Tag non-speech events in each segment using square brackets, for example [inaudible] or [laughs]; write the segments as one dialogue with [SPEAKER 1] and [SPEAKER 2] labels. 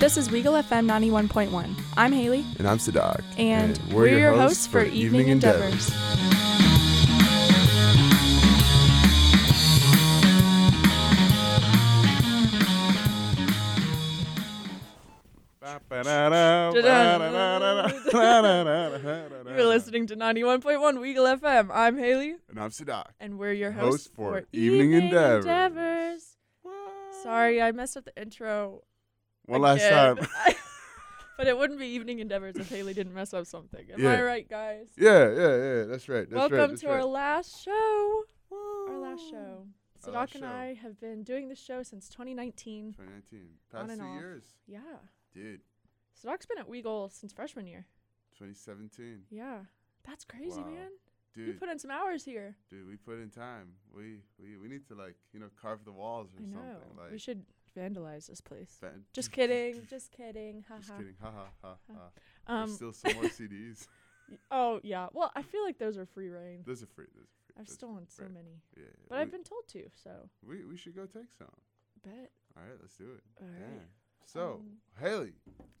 [SPEAKER 1] This is Weagle FM 91.1. I'm Haley,
[SPEAKER 2] And I'm Sadak.
[SPEAKER 1] and, we're, your, hosts for Evening Endeavors. You're
[SPEAKER 2] and
[SPEAKER 1] listening to 91.1 Weagle FM. I'm Haley,
[SPEAKER 2] I'm Sadak.
[SPEAKER 1] and we're your
[SPEAKER 2] Host
[SPEAKER 1] hosts
[SPEAKER 2] for Evening Endeavors.
[SPEAKER 1] Endeavors. Sorry, I messed up the intro.
[SPEAKER 2] One last
[SPEAKER 1] again.
[SPEAKER 2] time.
[SPEAKER 1] [laughs] but it wouldn't be Evening Endeavors if Haley didn't mess up something. Am I
[SPEAKER 2] Yeah.
[SPEAKER 1] right, guys?
[SPEAKER 2] Yeah, yeah, yeah. That's right. That's
[SPEAKER 1] Welcome
[SPEAKER 2] right. That's
[SPEAKER 1] to
[SPEAKER 2] right.
[SPEAKER 1] our last show. Our last show.
[SPEAKER 2] Our
[SPEAKER 1] Sadak
[SPEAKER 2] last
[SPEAKER 1] and
[SPEAKER 2] show.
[SPEAKER 1] I have been doing this show since 2019.
[SPEAKER 2] 2019.
[SPEAKER 1] On
[SPEAKER 2] Past
[SPEAKER 1] and
[SPEAKER 2] two
[SPEAKER 1] off.
[SPEAKER 2] years.
[SPEAKER 1] Yeah.
[SPEAKER 2] Dude,
[SPEAKER 1] Sadak's been at Weagle since freshman year.
[SPEAKER 2] 2017.
[SPEAKER 1] Yeah. That's crazy,
[SPEAKER 2] Wow.
[SPEAKER 1] man. You
[SPEAKER 2] Dude,
[SPEAKER 1] put in some hours here.
[SPEAKER 2] dude, we put in time. We, we, we need to, like, you know, carve the walls or
[SPEAKER 1] I know.
[SPEAKER 2] something. Like,
[SPEAKER 1] we should vandalize
[SPEAKER 2] [laughs]
[SPEAKER 1] this place.
[SPEAKER 2] fan-
[SPEAKER 1] Just kidding. Just kidding.
[SPEAKER 2] Just
[SPEAKER 1] Haha.
[SPEAKER 2] kidding. Ha ha ha
[SPEAKER 1] Ha.
[SPEAKER 2] ha.
[SPEAKER 1] Um,
[SPEAKER 2] There's still some more CDs.
[SPEAKER 1] y- oh, yeah. Well, I feel like those are free reign.
[SPEAKER 2] Those are free. Those are free.
[SPEAKER 1] I've
[SPEAKER 2] those are
[SPEAKER 1] stolen so
[SPEAKER 2] right.
[SPEAKER 1] many,
[SPEAKER 2] free. Yeah, yeah.
[SPEAKER 1] but I've
[SPEAKER 2] we,
[SPEAKER 1] been told to, so
[SPEAKER 2] We, we should go take some.
[SPEAKER 1] bet.
[SPEAKER 2] All right, let's do it.
[SPEAKER 1] All right.
[SPEAKER 2] Yeah. So,
[SPEAKER 1] Um,
[SPEAKER 2] Haley,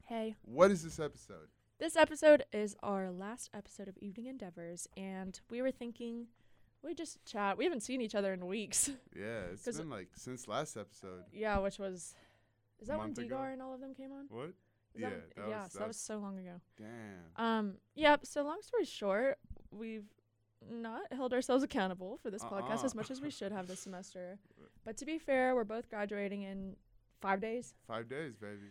[SPEAKER 1] Hey.
[SPEAKER 2] what is this episode?
[SPEAKER 1] This episode is our last episode of Evening Endeavors, and we were thinking we just chat. We haven't seen each other in weeks. [laughs]
[SPEAKER 2] Yeah, it's
[SPEAKER 1] 'Cause-
[SPEAKER 2] been like since last episode.
[SPEAKER 1] yeah, which was. Is that when
[SPEAKER 2] Month ago?
[SPEAKER 1] Degar and all of them came on?
[SPEAKER 2] What?
[SPEAKER 1] Is
[SPEAKER 2] yeah,
[SPEAKER 1] that when-
[SPEAKER 2] that
[SPEAKER 1] yeah,
[SPEAKER 2] was,
[SPEAKER 1] so that was so long ago.
[SPEAKER 2] damn.
[SPEAKER 1] Um, yeah, so long story short, we've not held ourselves accountable for this podcast
[SPEAKER 2] Uh-uh.
[SPEAKER 1] as much as we should
[SPEAKER 2] [laughs]
[SPEAKER 1] have this semester. But to be fair, we're both graduating in five days.
[SPEAKER 2] Five days, baby.
[SPEAKER 1] [gasps]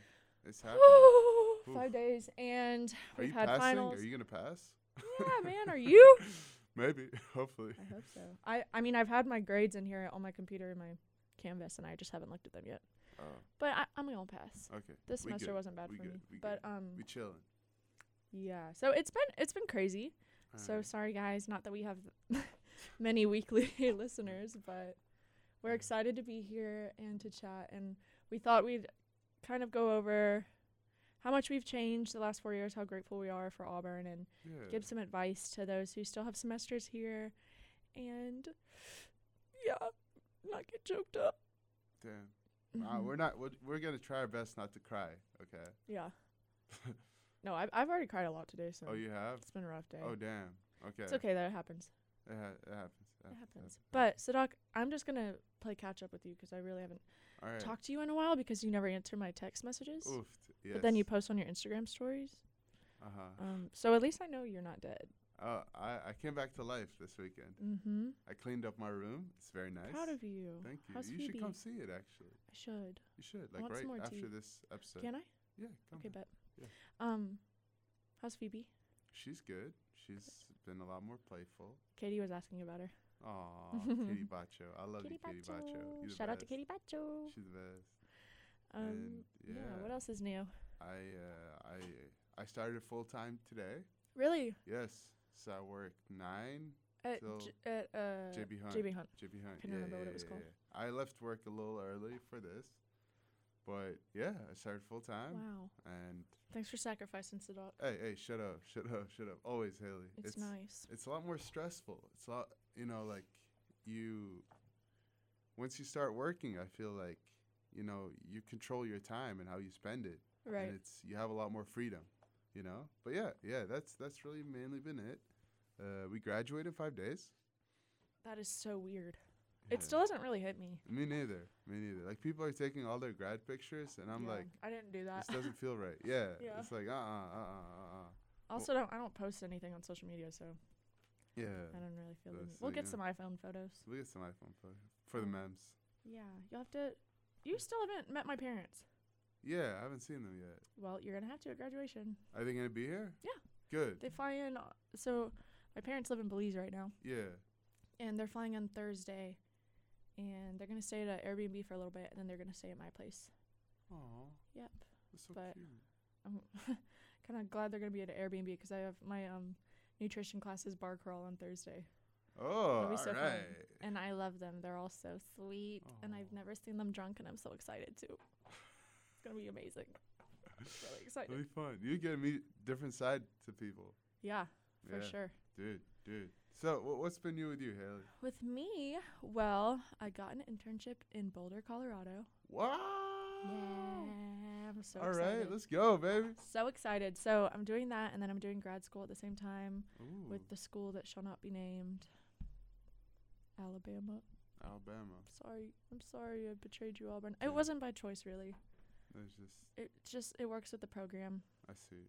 [SPEAKER 2] It's happening.
[SPEAKER 1] Woo!
[SPEAKER 2] Oof.
[SPEAKER 1] five days, and
[SPEAKER 2] Are
[SPEAKER 1] we've
[SPEAKER 2] you
[SPEAKER 1] had
[SPEAKER 2] passing?
[SPEAKER 1] finals.
[SPEAKER 2] Are you gonna pass? [laughs]
[SPEAKER 1] yeah, man, are you?
[SPEAKER 2] Maybe. [laughs] Hopefully.
[SPEAKER 1] [laughs] I hope so. I, I mean, I've had my grades in here on my computer and my Canvas, and I just haven't looked at them yet.
[SPEAKER 2] Oh,
[SPEAKER 1] But I, I'm gonna pass.
[SPEAKER 2] okay.
[SPEAKER 1] This
[SPEAKER 2] we
[SPEAKER 1] semester
[SPEAKER 2] good.
[SPEAKER 1] wasn't bad
[SPEAKER 2] We
[SPEAKER 1] for
[SPEAKER 2] good.
[SPEAKER 1] me,
[SPEAKER 2] We
[SPEAKER 1] but
[SPEAKER 2] good.
[SPEAKER 1] um,
[SPEAKER 2] We chilling.
[SPEAKER 1] yeah. So it's been it's been crazy. So
[SPEAKER 2] Alright.
[SPEAKER 1] sorry, guys. Not that we have [laughs] many weekly [laughs] listeners, but we're excited to be here and to chat. And we thought we'd kind of go over how much we've changed the last four years, how grateful we are for Auburn, and
[SPEAKER 2] yeah.
[SPEAKER 1] give some advice to those who still have semesters here. And yeah, not get choked up.
[SPEAKER 2] Damn.
[SPEAKER 1] [laughs]
[SPEAKER 2] Uh,
[SPEAKER 1] Mhm.
[SPEAKER 2] we're not. We're, we're gonna try our best not to cry. Okay. [laughs]
[SPEAKER 1] yeah. No, I've, I've already cried a lot today, so
[SPEAKER 2] oh, you have.
[SPEAKER 1] it's been a rough day.
[SPEAKER 2] Oh, damn. Okay.
[SPEAKER 1] It's okay, that it happens.
[SPEAKER 2] It, ha- it happens.
[SPEAKER 1] It happens. But, Sadak, I'm just going to play catch up with you because I really haven't
[SPEAKER 2] all right.
[SPEAKER 1] talk to you in a while because you never answer my text messages.
[SPEAKER 2] Oof. Yes.
[SPEAKER 1] But then you post on your Instagram stories.
[SPEAKER 2] Uh-huh.
[SPEAKER 1] Um, so at least I know you're not dead.
[SPEAKER 2] Uh I I came back to life this weekend.
[SPEAKER 1] Mm-hmm.
[SPEAKER 2] I cleaned up my room. It's very nice.
[SPEAKER 1] Proud of you.
[SPEAKER 2] Thank you.
[SPEAKER 1] How's
[SPEAKER 2] you
[SPEAKER 1] Phoebe?
[SPEAKER 2] should come see it actually.
[SPEAKER 1] I should.
[SPEAKER 2] You should like
[SPEAKER 1] want some
[SPEAKER 2] right
[SPEAKER 1] more
[SPEAKER 2] after
[SPEAKER 1] tea.
[SPEAKER 2] this episode.
[SPEAKER 1] Can I?
[SPEAKER 2] Yeah. Come
[SPEAKER 1] Okay,
[SPEAKER 2] on.
[SPEAKER 1] bet.
[SPEAKER 2] Yeah.
[SPEAKER 1] Um, how's Phoebe?
[SPEAKER 2] She's good. She's been a lot more playful.
[SPEAKER 1] Katie was asking about her.
[SPEAKER 2] Aw,
[SPEAKER 1] [laughs]
[SPEAKER 2] Kitty Bacho. I love you, Kitty Bacho. You're the
[SPEAKER 1] Shout out to
[SPEAKER 2] best.
[SPEAKER 1] Katie [gasps] Bacho.
[SPEAKER 2] She's the best.
[SPEAKER 1] Um,
[SPEAKER 2] and
[SPEAKER 1] yeah.
[SPEAKER 2] yeah.
[SPEAKER 1] What else is new?
[SPEAKER 2] I uh, I I started full time today.
[SPEAKER 1] Really?
[SPEAKER 2] Yes. So I work nine.
[SPEAKER 1] At,
[SPEAKER 2] So,
[SPEAKER 1] J- at uh,
[SPEAKER 2] JB Hunt.
[SPEAKER 1] JB Hunt.
[SPEAKER 2] JB Hunt.
[SPEAKER 1] Couldn't
[SPEAKER 2] yeah,
[SPEAKER 1] remember
[SPEAKER 2] yeah,
[SPEAKER 1] what it was
[SPEAKER 2] yeah,
[SPEAKER 1] called.
[SPEAKER 2] yeah. I left work a little early for this, but yeah, I started full time.
[SPEAKER 1] Wow.
[SPEAKER 2] And
[SPEAKER 1] Thanks for sacrificing, Sadak.
[SPEAKER 2] hey, hey, shut up, [laughs] shut up, shut up. Always, Haley.
[SPEAKER 1] It's, nice.
[SPEAKER 2] It's a lot more stressful. It's a lot, you know, like you. Once you start working, I feel like you know you control your time and how you spend it,
[SPEAKER 1] Right.
[SPEAKER 2] and it's you have a lot more freedom, you know. But yeah, yeah, that's that's really mainly been it. Uh, we graduate in five days.
[SPEAKER 1] That is so weird.
[SPEAKER 2] Yeah.
[SPEAKER 1] It still hasn't really hit me.
[SPEAKER 2] Me neither. Me neither. Like people are taking all their grad pictures, and I'm
[SPEAKER 1] Yeah,
[SPEAKER 2] like,
[SPEAKER 1] I didn't do that.
[SPEAKER 2] this doesn't feel right. Yeah.
[SPEAKER 1] Yeah.
[SPEAKER 2] It's like uh uh uh uh uh.
[SPEAKER 1] [laughs] Also, don't I don't post anything on social media, so
[SPEAKER 2] Yeah.
[SPEAKER 1] I don't really feel.
[SPEAKER 2] So
[SPEAKER 1] the
[SPEAKER 2] it's
[SPEAKER 1] need- We'll
[SPEAKER 2] like,
[SPEAKER 1] get
[SPEAKER 2] yeah.
[SPEAKER 1] some iPhone photos.
[SPEAKER 2] Look at some iPhone photo for the memes.
[SPEAKER 1] Yeah, you'll have to. You still haven't met my parents.
[SPEAKER 2] Yeah, I haven't seen them yet.
[SPEAKER 1] Well, you're gonna have to at graduation.
[SPEAKER 2] Are they gonna be here?
[SPEAKER 1] Yeah.
[SPEAKER 2] Good.
[SPEAKER 1] They fly in. uh, So, my parents live in Belize right now,
[SPEAKER 2] yeah.
[SPEAKER 1] and they're flying on Thursday, and they're gonna stay at a Airbnb for a little bit, and then they're gonna stay at my place.
[SPEAKER 2] Oh,
[SPEAKER 1] Yep.
[SPEAKER 2] that's so
[SPEAKER 1] But-
[SPEAKER 2] cute.
[SPEAKER 1] I'm kind of glad they're gonna be at an Airbnb because I have my um nutrition classes bar crawl on Thursday.
[SPEAKER 2] Oh,
[SPEAKER 1] It'll be
[SPEAKER 2] all
[SPEAKER 1] so fun.
[SPEAKER 2] right.
[SPEAKER 1] and I love them. They're all so sweet, and I've
[SPEAKER 2] Aw.
[SPEAKER 1] never seen them drunk, and I'm so excited too. It's gonna be amazing. really
[SPEAKER 2] It'll [laughs]
[SPEAKER 1] excited.
[SPEAKER 2] be fun. You get to meet different side to people,
[SPEAKER 1] Yeah, for
[SPEAKER 2] Yeah.
[SPEAKER 1] sure.
[SPEAKER 2] dude, dude. So, wha what's been new with you, Haley?
[SPEAKER 1] With me, well, I got an internship in Boulder, Colorado.
[SPEAKER 2] Wow.
[SPEAKER 1] Yeah, I'm so
[SPEAKER 2] All
[SPEAKER 1] excited.
[SPEAKER 2] right, let's go, baby.
[SPEAKER 1] so excited. So I'm doing that, and then I'm doing grad school at the same time
[SPEAKER 2] Ooh,
[SPEAKER 1] with the school that shall not be named, Alabama.
[SPEAKER 2] Alabama.
[SPEAKER 1] Sorry, I'm sorry I betrayed you, Auburn.
[SPEAKER 2] Yeah.
[SPEAKER 1] It wasn't by choice, really.
[SPEAKER 2] There's just
[SPEAKER 1] It just it works with the program.
[SPEAKER 2] I see.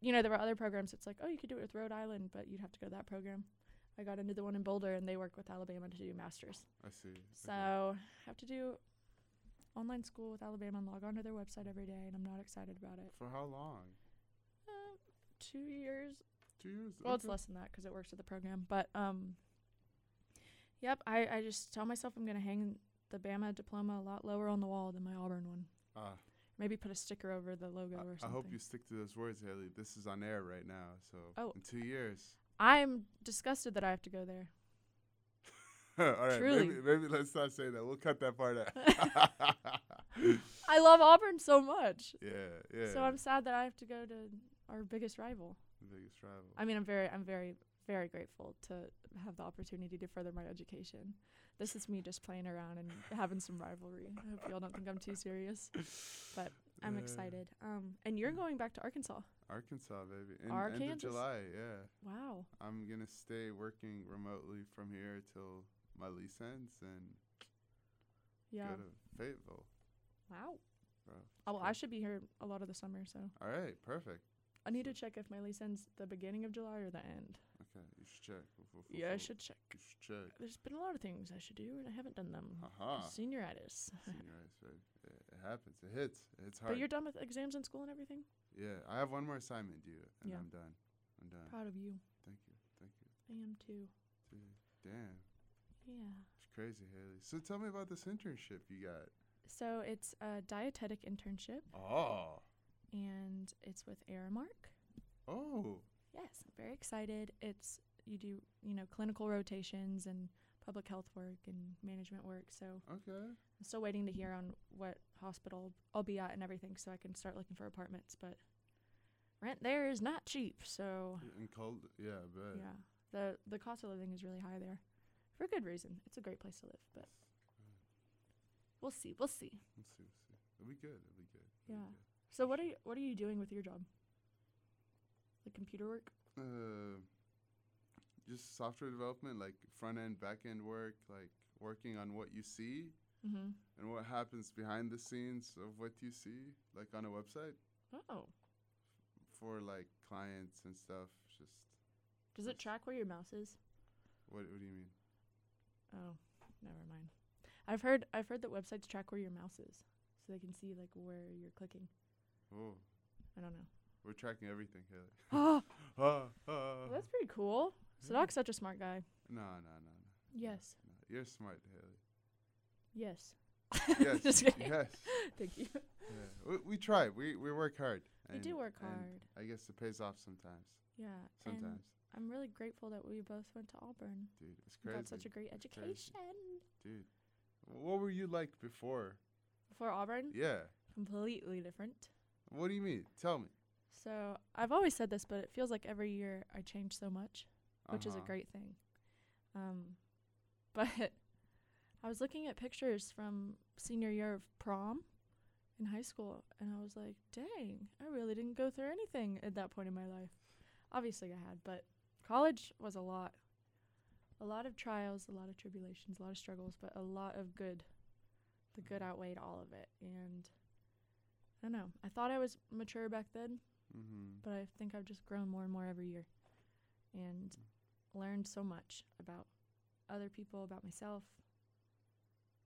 [SPEAKER 1] You know, there were other programs. It's like, oh, you could do it with Rhode Island, but you'd have to go to that program. I got into the one in Boulder, and they work with Alabama to do masters.
[SPEAKER 2] I see. okay.
[SPEAKER 1] So I have to do online school with Alabama and log onto their website every day, and I'm not excited about it.
[SPEAKER 2] for how long?
[SPEAKER 1] Uh, two years
[SPEAKER 2] Two years.
[SPEAKER 1] Well, it's
[SPEAKER 2] Okay.
[SPEAKER 1] less than that 'cause it works with the program. But um, yep, I, I just tell myself I'm gonna hang the Bama diploma a lot lower on the wall than my Auburn one.
[SPEAKER 2] Ah,
[SPEAKER 1] Maybe put a sticker over the logo
[SPEAKER 2] I-
[SPEAKER 1] or
[SPEAKER 2] I,
[SPEAKER 1] something.
[SPEAKER 2] hope you stick to those words, Haley. This is on air right now, so
[SPEAKER 1] Oh.
[SPEAKER 2] in two years. [laughs]
[SPEAKER 1] I'm disgusted that I have to go there.
[SPEAKER 2] All right,
[SPEAKER 1] Truly.
[SPEAKER 2] maybe, maybe let's not say that. We'll cut that
[SPEAKER 1] [laughs]
[SPEAKER 2] part out. [laughs]
[SPEAKER 1] I love Auburn so much,
[SPEAKER 2] yeah, yeah.
[SPEAKER 1] so I'm sad that I have to go to our biggest rival.
[SPEAKER 2] the biggest rival.
[SPEAKER 1] I mean, I'm very, I'm very, very grateful to have the opportunity to further my education. This is me just playing
[SPEAKER 2] [laughs]
[SPEAKER 1] around and having some rivalry. I hope y'all don't think I'm too serious, but I'm
[SPEAKER 2] Uh,
[SPEAKER 1] excited. Um, and you're going back to Arkansas.
[SPEAKER 2] Arkansas, baby. In, End
[SPEAKER 1] Arkansas.
[SPEAKER 2] of July, yeah.
[SPEAKER 1] Wow.
[SPEAKER 2] I'm gonna stay working remotely from here till my lease ends and
[SPEAKER 1] Yeah.
[SPEAKER 2] go to Fayetteville.
[SPEAKER 1] Wow.
[SPEAKER 2] Bro,
[SPEAKER 1] Oh, well, I
[SPEAKER 2] cool.
[SPEAKER 1] should be here a lot of the summer, so
[SPEAKER 2] All right, perfect.
[SPEAKER 1] I need to check if my lease ends the beginning of July or the end.
[SPEAKER 2] Okay, you should check. Woof, woof, woof,
[SPEAKER 1] Yeah, I
[SPEAKER 2] woof.
[SPEAKER 1] should check.
[SPEAKER 2] You should check.
[SPEAKER 1] There's been a lot of things I should do, and I haven't done them.
[SPEAKER 2] Aha.
[SPEAKER 1] Senioritis.
[SPEAKER 2] Senioritis, baby. It, it happens. It hits. It's hard.
[SPEAKER 1] but you're done with exams in school and everything?
[SPEAKER 2] yeah, I have one more assignment due, and
[SPEAKER 1] Yeah.
[SPEAKER 2] I'm done. I'm done.
[SPEAKER 1] Proud of you.
[SPEAKER 2] Thank you. Thank you.
[SPEAKER 1] I am too.
[SPEAKER 2] Dude, damn,
[SPEAKER 1] Yeah.
[SPEAKER 2] it's crazy, Haley. So tell me about this internship you got.
[SPEAKER 1] So it's a dietetic internship,
[SPEAKER 2] Oh.
[SPEAKER 1] and it's with Aramark.
[SPEAKER 2] Oh.
[SPEAKER 1] Yes, I'm very excited. It's you do you know clinical rotations and public health work and management work. So
[SPEAKER 2] Okay.
[SPEAKER 1] I'm still waiting to hear on what hospital I'll be at and everything so I can start looking for apartments, but rent there is not cheap, so
[SPEAKER 2] And cold. Yeah, but.
[SPEAKER 1] yeah. The the cost of living is really high there. For good reason. It's a great place to live, but we'll see, we'll see.
[SPEAKER 2] Let's see. Let's see. It'll be good. It'll be good. it'll be
[SPEAKER 1] Yeah.
[SPEAKER 2] good.
[SPEAKER 1] So what are you what are you doing with your job? Like computer work?
[SPEAKER 2] Uh, just software development, like front end, back end work, like working on what you see
[SPEAKER 1] Mhm.
[SPEAKER 2] and what happens behind the scenes of what you see, like on a website
[SPEAKER 1] Oh.
[SPEAKER 2] for like clients and stuff. Just
[SPEAKER 1] Does it
[SPEAKER 2] That's-
[SPEAKER 1] track where your mouse is?
[SPEAKER 2] what? What do you mean?
[SPEAKER 1] Oh, never mind. I've heard I've heard that websites track where your mouse is so they can see like where you're clicking.
[SPEAKER 2] Oh,
[SPEAKER 1] I don't know.
[SPEAKER 2] we're tracking everything, Haley. [laughs]
[SPEAKER 1] Oh,
[SPEAKER 2] Ah, ah.
[SPEAKER 1] that's pretty cool. Sadok's such a smart guy.
[SPEAKER 2] no, no, no, no,
[SPEAKER 1] Yes.
[SPEAKER 2] no. You're smart, Haley.
[SPEAKER 1] Yes.
[SPEAKER 2] [laughs] Yes,
[SPEAKER 1] [laughs] Just kidding.
[SPEAKER 2] yes.
[SPEAKER 1] Thank you.
[SPEAKER 2] Yeah. We, we try. We we work hard.
[SPEAKER 1] We do
[SPEAKER 2] and-
[SPEAKER 1] work
[SPEAKER 2] and
[SPEAKER 1] hard.
[SPEAKER 2] I guess it pays off sometimes.
[SPEAKER 1] Yeah. And
[SPEAKER 2] Sometimes,
[SPEAKER 1] I'm really grateful that we both went to Auburn.
[SPEAKER 2] dude, it's
[SPEAKER 1] and
[SPEAKER 2] crazy.
[SPEAKER 1] Got such a great
[SPEAKER 2] It's
[SPEAKER 1] education.
[SPEAKER 2] crazy. Dude, what were you like before?
[SPEAKER 1] Before Auburn,
[SPEAKER 2] Yeah.
[SPEAKER 1] completely different.
[SPEAKER 2] What do you mean? Tell me.
[SPEAKER 1] So I've always said this, but it feels like every year I change so much, which is a
[SPEAKER 2] Uh-huh.
[SPEAKER 1] great thing. Um, [laughs] but I was looking at pictures from senior year of prom in high school, and I was like, dang, I really didn't go through anything at that point in my life. Obviously, I had, but college was a lot. A lot of trials, a lot of tribulations, a lot of struggles, but a lot of good. The good outweighed all of it. And I don't know. I thought I was mature back then,
[SPEAKER 2] Mm-hmm.
[SPEAKER 1] but I think I've just grown more and more every year and learned so much about other people, about myself,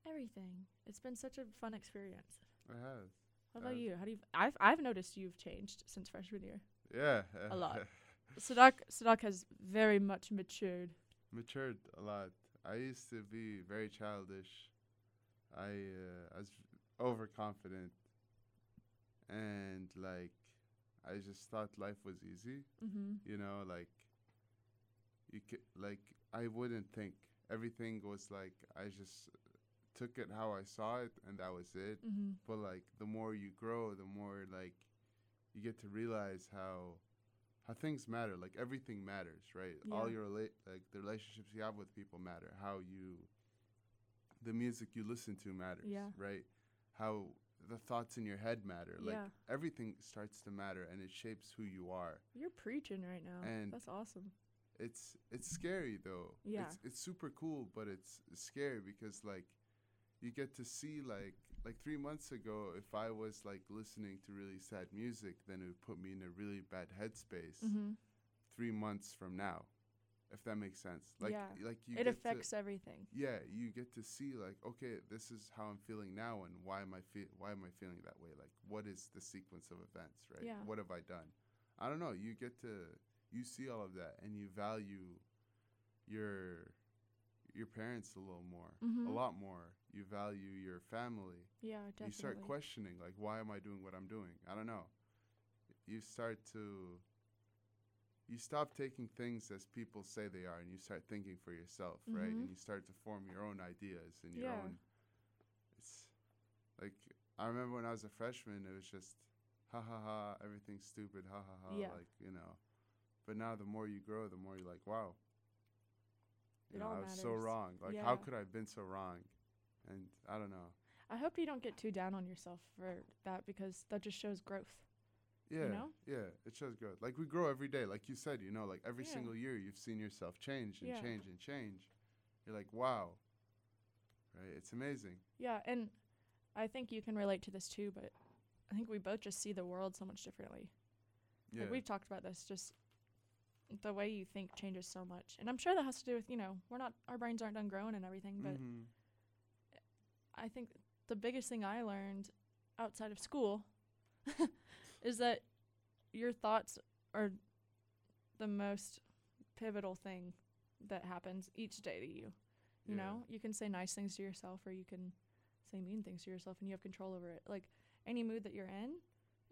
[SPEAKER 1] everything. It's been such a fun experience.
[SPEAKER 2] It has.
[SPEAKER 1] What about
[SPEAKER 2] I've-
[SPEAKER 1] you? How do you? I've I've noticed you've changed since
[SPEAKER 2] [laughs]
[SPEAKER 1] freshman year.
[SPEAKER 2] Yeah. [laughs]
[SPEAKER 1] A lot. Sadak Sadak has very much matured.
[SPEAKER 2] Matured a lot. I used to be very childish. I uh, I was overconfident, and like I just thought life was easy.
[SPEAKER 1] Mm-hmm.
[SPEAKER 2] You know, like you could like I wouldn't think everything was like I just took it how I saw it, and that was it.
[SPEAKER 1] Mm-hmm.
[SPEAKER 2] but like the more you grow the more like you get to realize how how things matter like everything matters right all
[SPEAKER 1] Yeah.
[SPEAKER 2] your rela- like the relationships you have with people matter how you the music you listen to matters
[SPEAKER 1] Yeah.
[SPEAKER 2] right how the thoughts in your head matter. Like
[SPEAKER 1] Yeah.
[SPEAKER 2] everything starts to matter and it shapes who you are.
[SPEAKER 1] You're preaching right now.
[SPEAKER 2] And-
[SPEAKER 1] That's awesome.
[SPEAKER 2] It's it's scary though.
[SPEAKER 1] Yeah.
[SPEAKER 2] It's it's super cool, but it's scary because like you get to see like like 3 months ago if I was like listening to really sad music, then it would put me in a really bad headspace
[SPEAKER 1] Mm-hmm.
[SPEAKER 2] 3 months from now. If that makes sense. Like
[SPEAKER 1] Yeah.
[SPEAKER 2] like you get
[SPEAKER 1] It
[SPEAKER 2] to-
[SPEAKER 1] affects everything.
[SPEAKER 2] yeah, you get to see like, okay, this is how I'm feeling now, and why am I feel why am I feeling that way? Like, what is the sequence of events, right?
[SPEAKER 1] Yeah.
[SPEAKER 2] What have I done? I don't know. You get to you see all of that, and you value your your parents a little more, a
[SPEAKER 1] Mhm.
[SPEAKER 2] lot more. You value your family.
[SPEAKER 1] Yeah, definitely.
[SPEAKER 2] You start questioning like, why am I doing what I'm doing? I don't know. You start to you stop taking things as people say they are and you start thinking for yourself, right? And
[SPEAKER 1] Mhm.
[SPEAKER 2] you start to form your own ideas and your
[SPEAKER 1] Yeah.
[SPEAKER 2] own it's like I remember when I was a freshman it was just ha ha ha, everything's stupid, ha ha ha
[SPEAKER 1] Yeah.
[SPEAKER 2] like, you know. But now the more you grow, the more you're like, Wow. You
[SPEAKER 1] It
[SPEAKER 2] know,
[SPEAKER 1] all
[SPEAKER 2] I was so
[SPEAKER 1] matters.
[SPEAKER 2] wrong. Like how
[SPEAKER 1] Yeah.
[SPEAKER 2] could I have been so wrong? And I don't know.
[SPEAKER 1] I hope you don't get too down on yourself for that because that just shows growth.
[SPEAKER 2] Yeah,
[SPEAKER 1] know?
[SPEAKER 2] yeah, it shows growth. Like we grow every day, like you said, you know, like every
[SPEAKER 1] Yeah.
[SPEAKER 2] single year you've seen yourself change and
[SPEAKER 1] Yeah.
[SPEAKER 2] change and change. You're like, wow, right? It's amazing.
[SPEAKER 1] Yeah, and I think you can relate to this too, but I think we both just see the world so much differently.
[SPEAKER 2] Yeah,
[SPEAKER 1] Like we've talked about this, just the way you think changes so much. And I'm sure that has to do with, you know, we're not our brains aren't done growing and everything, but
[SPEAKER 2] Mhm.
[SPEAKER 1] I think the biggest thing I learned outside of school [laughs] is that your thoughts are the most pivotal thing that happens each day to you.
[SPEAKER 2] Yeah.
[SPEAKER 1] You know, you can say nice things to yourself or you can say mean things to yourself and you have control over it. Like any mood that you're in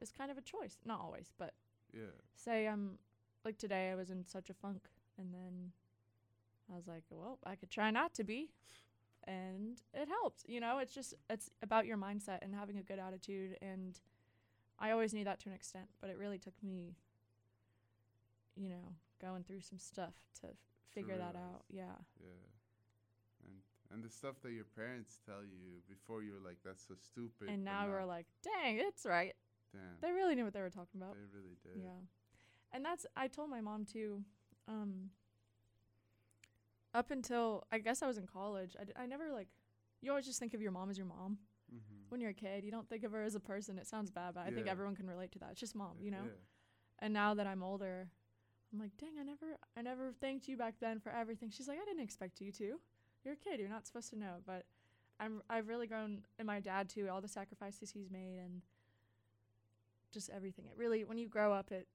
[SPEAKER 1] is kind of a choice. Not always, but
[SPEAKER 2] yeah,
[SPEAKER 1] say I'm like today I was in such a funk and then I was like, well, I could try not to be. And it helped. You know, it's just it's about your mindset and having a good attitude and I always knew that to an extent, but it really took me you know, going through some stuff to f- figure that
[SPEAKER 2] realize.
[SPEAKER 1] out. Yeah.
[SPEAKER 2] yeah. And and the stuff that your parents tell you before you were like, that's so stupid.
[SPEAKER 1] and
[SPEAKER 2] but
[SPEAKER 1] now we're like, dang, it's right.
[SPEAKER 2] damn,
[SPEAKER 1] They really knew what they were talking about.
[SPEAKER 2] they really did.
[SPEAKER 1] Yeah. And that's I told my mom too. Um up until I guess I was in college, I, d- I never like you always just think of your mom as your mom.
[SPEAKER 2] Mm-hmm.
[SPEAKER 1] When you're a kid, you don't think of her as a person. It sounds bad, but I think
[SPEAKER 2] Yeah.
[SPEAKER 1] everyone can relate to that. It's just mom, you know.
[SPEAKER 2] Yeah. [laughs]
[SPEAKER 1] And now that I'm older, I'm like, "Dang, I never I never thanked you back then for everything." She's like, "I didn't expect you to. You're a kid. You're not supposed to know." But I'm I've really grown and my dad too, all the sacrifices he's made and just everything. It really when you grow up it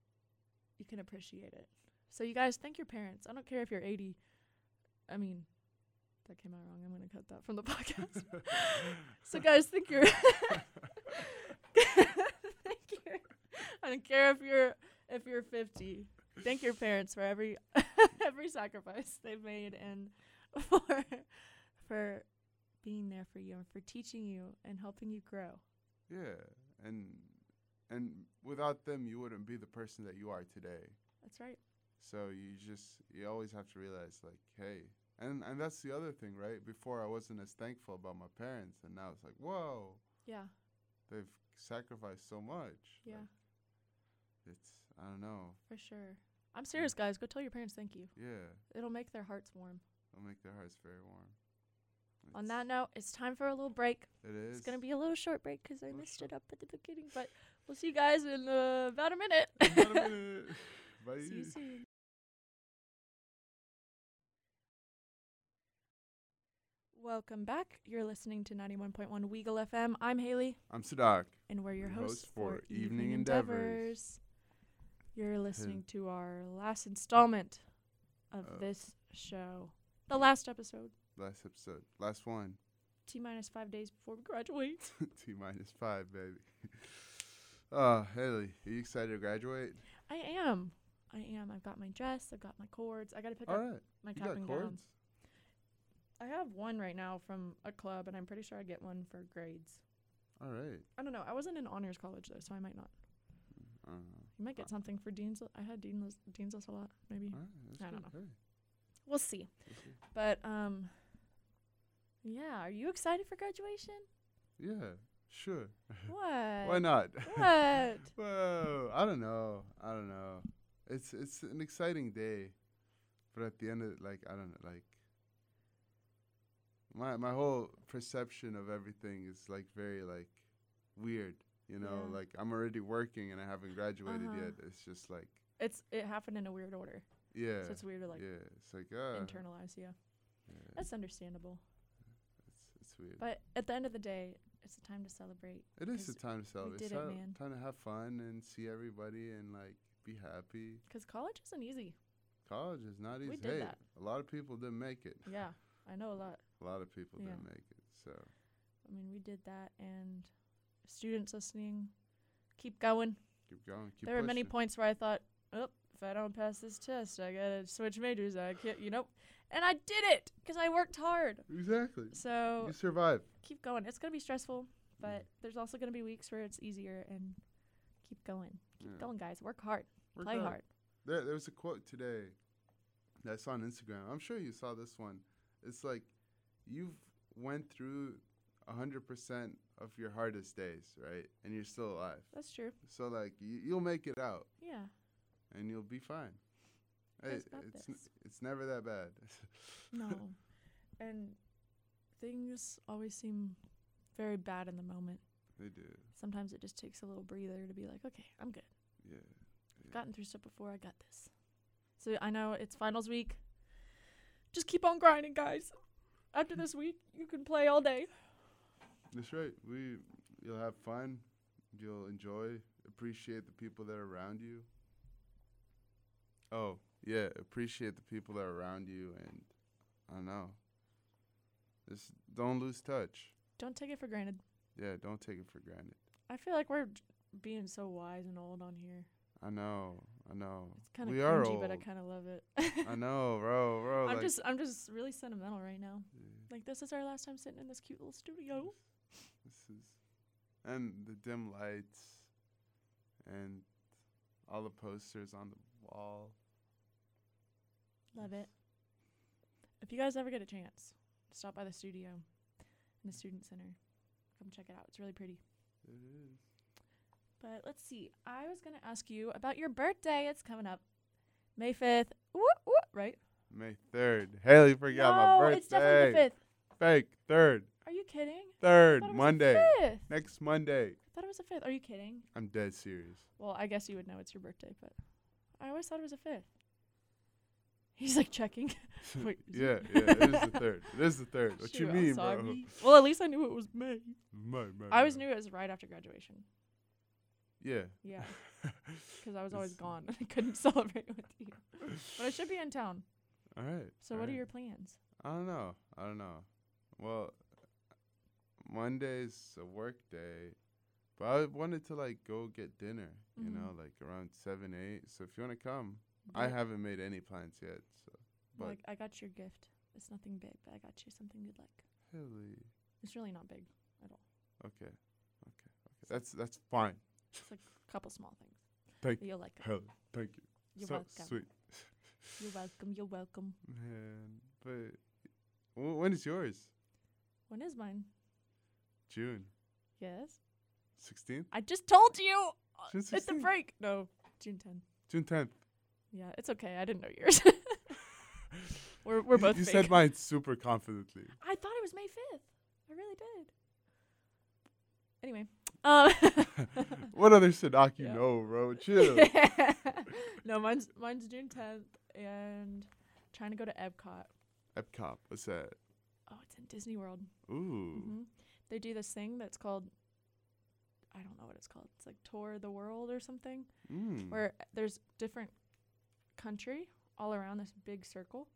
[SPEAKER 1] you can appreciate it. So you guys thank your parents. I don't care if you're 80. I mean, that came out wrong. I'm going to cut that from the [laughs] podcast. [laughs] so guys, thank your
[SPEAKER 2] [laughs]
[SPEAKER 1] thank your I don't care if you're if you're 50. Thank your parents for every [laughs] every sacrifice they've made and [laughs] for for being there for you and for teaching you and helping you grow.
[SPEAKER 2] Yeah, and and without them, you wouldn't be the person that you are today.
[SPEAKER 1] That's right.
[SPEAKER 2] So you just you always have to realize like, hey, and and that's the other thing, right? Before I wasn't as thankful about my parents, and now it's like, whoa,
[SPEAKER 1] Yeah.
[SPEAKER 2] they've sacrificed so much.
[SPEAKER 1] Yeah.
[SPEAKER 2] Like, it's I don't know.
[SPEAKER 1] For sure. I'm serious, guys. Go tell your parents thank you.
[SPEAKER 2] Yeah,
[SPEAKER 1] It'll make their hearts warm.
[SPEAKER 2] it'll make their hearts very warm.
[SPEAKER 1] On
[SPEAKER 2] It's-
[SPEAKER 1] that note, it's time for a little break.
[SPEAKER 2] it is.
[SPEAKER 1] It's going to
[SPEAKER 2] [laughs]
[SPEAKER 1] be a little short break 'cause I
[SPEAKER 2] Little
[SPEAKER 1] messed
[SPEAKER 2] short.
[SPEAKER 1] it up at the beginning, but we'll see you guys in uh, about a minute.
[SPEAKER 2] Not a minute. Bye.
[SPEAKER 1] [laughs] see you soon. Welcome back. You're listening to 91.1 Weagle FM. I'm Haley.
[SPEAKER 2] I'm Sadak.
[SPEAKER 1] And we're your
[SPEAKER 2] Your
[SPEAKER 1] hosts
[SPEAKER 2] host
[SPEAKER 1] for,
[SPEAKER 2] for
[SPEAKER 1] Evening,
[SPEAKER 2] Evening
[SPEAKER 1] Endeavors.
[SPEAKER 2] Endeavors.
[SPEAKER 1] You're listening to our last installment of
[SPEAKER 2] Of-
[SPEAKER 1] this show. The last episode,
[SPEAKER 2] Last episode, last one.
[SPEAKER 1] T minus five days before we graduate.
[SPEAKER 2] [laughs] T minus five, baby. [laughs] Oh, Haley, are you excited to graduate?
[SPEAKER 1] I am. I am. I've got my dress. I've got my cords. I got to pick
[SPEAKER 2] All
[SPEAKER 1] up
[SPEAKER 2] right,
[SPEAKER 1] my
[SPEAKER 2] you
[SPEAKER 1] cap
[SPEAKER 2] got
[SPEAKER 1] and gown.
[SPEAKER 2] chords.
[SPEAKER 1] I have one right now from a club, and I'm pretty sure I get one for grades.
[SPEAKER 2] All right.
[SPEAKER 1] I don't know. I wasn't in honors college though, so I might not.
[SPEAKER 2] I don't know.
[SPEAKER 1] You might get something for dean's. Li- I had dean list, dean's list a lot. Maybe
[SPEAKER 2] All right, that's
[SPEAKER 1] I don't
[SPEAKER 2] good. Hey,
[SPEAKER 1] we'll see.
[SPEAKER 2] that's good. [laughs]
[SPEAKER 1] But um, yeah. Are you excited for graduation?
[SPEAKER 2] Yeah, Sure.
[SPEAKER 1] What?
[SPEAKER 2] Why not?
[SPEAKER 1] What?
[SPEAKER 2] [laughs] Whoa, I don't know. I don't know. It's it's an exciting day, but at the end of it, like I don't know, like my my whole perception of everything is like very like weird. You know,
[SPEAKER 1] Yeah.
[SPEAKER 2] like I'm already working and I haven't graduated
[SPEAKER 1] Uh-huh.
[SPEAKER 2] yet. It's just like
[SPEAKER 1] It's it happened in a weird order,
[SPEAKER 2] yeah,
[SPEAKER 1] so it's weird to like
[SPEAKER 2] yeah. It's like uh,
[SPEAKER 1] internalize. Yeah,
[SPEAKER 2] yeah,
[SPEAKER 1] that's understandable.
[SPEAKER 2] it's it's weird.
[SPEAKER 1] But at the end of the day, it's a time to celebrate.
[SPEAKER 2] It is a
[SPEAKER 1] 'cause
[SPEAKER 2] time to celebrate.
[SPEAKER 1] did
[SPEAKER 2] It's
[SPEAKER 1] it,
[SPEAKER 2] time-
[SPEAKER 1] man.
[SPEAKER 2] time to have fun and see everybody and like be happy.
[SPEAKER 1] 'Cause college isn't easy.
[SPEAKER 2] College is not easy.
[SPEAKER 1] We did
[SPEAKER 2] hey,
[SPEAKER 1] that.
[SPEAKER 2] a lot of people didn't make it.
[SPEAKER 1] Yeah, I know a lot.
[SPEAKER 2] A lot of people
[SPEAKER 1] Yeah.
[SPEAKER 2] didn't make it. So
[SPEAKER 1] I mean, we did that, and students listening, keep going.
[SPEAKER 2] keep going. Keep
[SPEAKER 1] there were many
[SPEAKER 2] pushing.
[SPEAKER 1] points where I thought, oh, if I don't pass this test, I gotta switch majors. I can't, you know. And I did it 'cause I worked hard.
[SPEAKER 2] Exactly.
[SPEAKER 1] So
[SPEAKER 2] You survived.
[SPEAKER 1] keep going. It's gonna be stressful, but there's also gonna be weeks where it's easier. And keep going, keep
[SPEAKER 2] Yeah.
[SPEAKER 1] going, guys. Work hard,
[SPEAKER 2] Work
[SPEAKER 1] play hard.
[SPEAKER 2] There, there was a quote today that I saw on Instagram. I'm sure you saw this one. It's like you've went through hundred percent of your hardest days, right? And you're still alive.
[SPEAKER 1] That's true.
[SPEAKER 2] So like you, you'll make it out.
[SPEAKER 1] Yeah.
[SPEAKER 2] and you'll be fine. Hey,
[SPEAKER 1] It's not
[SPEAKER 2] it's n-
[SPEAKER 1] this.
[SPEAKER 2] it's never that bad. [laughs]
[SPEAKER 1] No. [laughs] and things always seem very bad in the moment.
[SPEAKER 2] they do.
[SPEAKER 1] Sometimes it just takes a little breather to be like, okay, I'm good.
[SPEAKER 2] Yeah.
[SPEAKER 1] I've gotten through stuff before. I got this. So I know it's finals week. Just keep on grinding, guys. After this week, you can play all day.
[SPEAKER 2] That's right. We you'll have fun. You'll enjoy, appreciate the people that are around you. Oh, yeah, appreciate the people that are around you and I don't know. Just don't lose touch.
[SPEAKER 1] Don't take it for granted.
[SPEAKER 2] Yeah, don't take it for granted.
[SPEAKER 1] I feel like we're j- being so wise and old on here.
[SPEAKER 2] I know. I know.
[SPEAKER 1] It's kind of
[SPEAKER 2] We are
[SPEAKER 1] cringy, but I
[SPEAKER 2] old.
[SPEAKER 1] kind of love it. [laughs]
[SPEAKER 2] I know, bro, bro.
[SPEAKER 1] I'm
[SPEAKER 2] like,
[SPEAKER 1] just, I'm just really sentimental right now.
[SPEAKER 2] yeah.
[SPEAKER 1] Like this is our last time sitting in this cute little studio.
[SPEAKER 2] This is, and the dim lights, and all the posters on the wall.
[SPEAKER 1] Love it. If you guys ever get a chance, stop by the studio and the student center. Come check it out. It's really pretty.
[SPEAKER 2] It is.
[SPEAKER 1] But let's see. I was gonna ask you about your birthday. It's coming up, May fifth. Woo woo. Right?
[SPEAKER 2] May third. Haley forgot
[SPEAKER 1] no,
[SPEAKER 2] my birthday.
[SPEAKER 1] it's definitely the fifth.
[SPEAKER 2] Fake third,
[SPEAKER 1] Are you kidding? I
[SPEAKER 2] third
[SPEAKER 1] thought it was the
[SPEAKER 2] Monday.
[SPEAKER 1] Fifth.
[SPEAKER 2] Next Monday.
[SPEAKER 1] I thought it was the fifth. Are you kidding?
[SPEAKER 2] I'm dead serious.
[SPEAKER 1] Well, I guess you would know it's your birthday, but I always thought it was the fifth. He's like checking. [laughs] Wait, is it-
[SPEAKER 2] yeah, yeah. It is the third. It is the third.
[SPEAKER 1] [laughs]
[SPEAKER 2] What you
[SPEAKER 1] Shoot, I'm
[SPEAKER 2] mean, bro? Uh.
[SPEAKER 1] sorry. Well, at least I knew it was May.
[SPEAKER 2] My, my,
[SPEAKER 1] I always
[SPEAKER 2] my.
[SPEAKER 1] knew it was right after graduation.
[SPEAKER 2] Yeah.
[SPEAKER 1] Yeah,
[SPEAKER 2] [laughs]
[SPEAKER 1] because I was always
[SPEAKER 2] It's-
[SPEAKER 1] gone. [laughs] I couldn't celebrate with you. But I should be in town.
[SPEAKER 2] All right.
[SPEAKER 1] So,
[SPEAKER 2] all
[SPEAKER 1] what are
[SPEAKER 2] right.
[SPEAKER 1] your plans?
[SPEAKER 2] I don't know. I don't know. Well, Monday's a work day, but I wanted to like go get dinner. You know,
[SPEAKER 1] Mhm.
[SPEAKER 2] like around seven, eight. So if you want to come, I
[SPEAKER 1] Big-
[SPEAKER 2] haven't made any plans yet. So, but
[SPEAKER 1] like I got your gift. It's nothing big, but I got you something you'd like.
[SPEAKER 2] Haley,
[SPEAKER 1] It's really not big.
[SPEAKER 2] okay, okay, okay. That's that's fine.
[SPEAKER 1] It's like a couple small things.
[SPEAKER 2] Thank
[SPEAKER 1] But You'll like 'em.
[SPEAKER 2] Haley, thank you.
[SPEAKER 1] You're
[SPEAKER 2] so
[SPEAKER 1] welcome.
[SPEAKER 2] sweet,
[SPEAKER 1] You're welcome. You're welcome.
[SPEAKER 2] [laughs] man. But w- when is yours?
[SPEAKER 1] When is mine?
[SPEAKER 2] June
[SPEAKER 1] Yes.
[SPEAKER 2] sixteenth.
[SPEAKER 1] I just told you uh,
[SPEAKER 2] June
[SPEAKER 1] at the
[SPEAKER 2] 16th.
[SPEAKER 1] break. No, June 10.
[SPEAKER 2] June tenth.
[SPEAKER 1] Yeah, it's okay. I didn't know yours. [laughs] we're we're both.
[SPEAKER 2] [laughs] You
[SPEAKER 1] fake.
[SPEAKER 2] said mine super confidently.
[SPEAKER 1] I thought it was May 5th. I really did. Anyway,
[SPEAKER 2] [laughs]
[SPEAKER 1] um,
[SPEAKER 2] what other Sadak you
[SPEAKER 1] Yeah.
[SPEAKER 2] know,
[SPEAKER 1] [laughs]
[SPEAKER 2] bro? Chill.
[SPEAKER 1] no, mine's mine's June 10th, and trying to go to Epcot.
[SPEAKER 2] Epcot. What's that?
[SPEAKER 1] Oh, it's in Disney World.
[SPEAKER 2] Ooh.
[SPEAKER 1] hmm They do this thing that's called I don't know what it's called. It's like tour the world or something,
[SPEAKER 2] Mm.
[SPEAKER 1] Mm-hmm. where there's different country all around this big circle,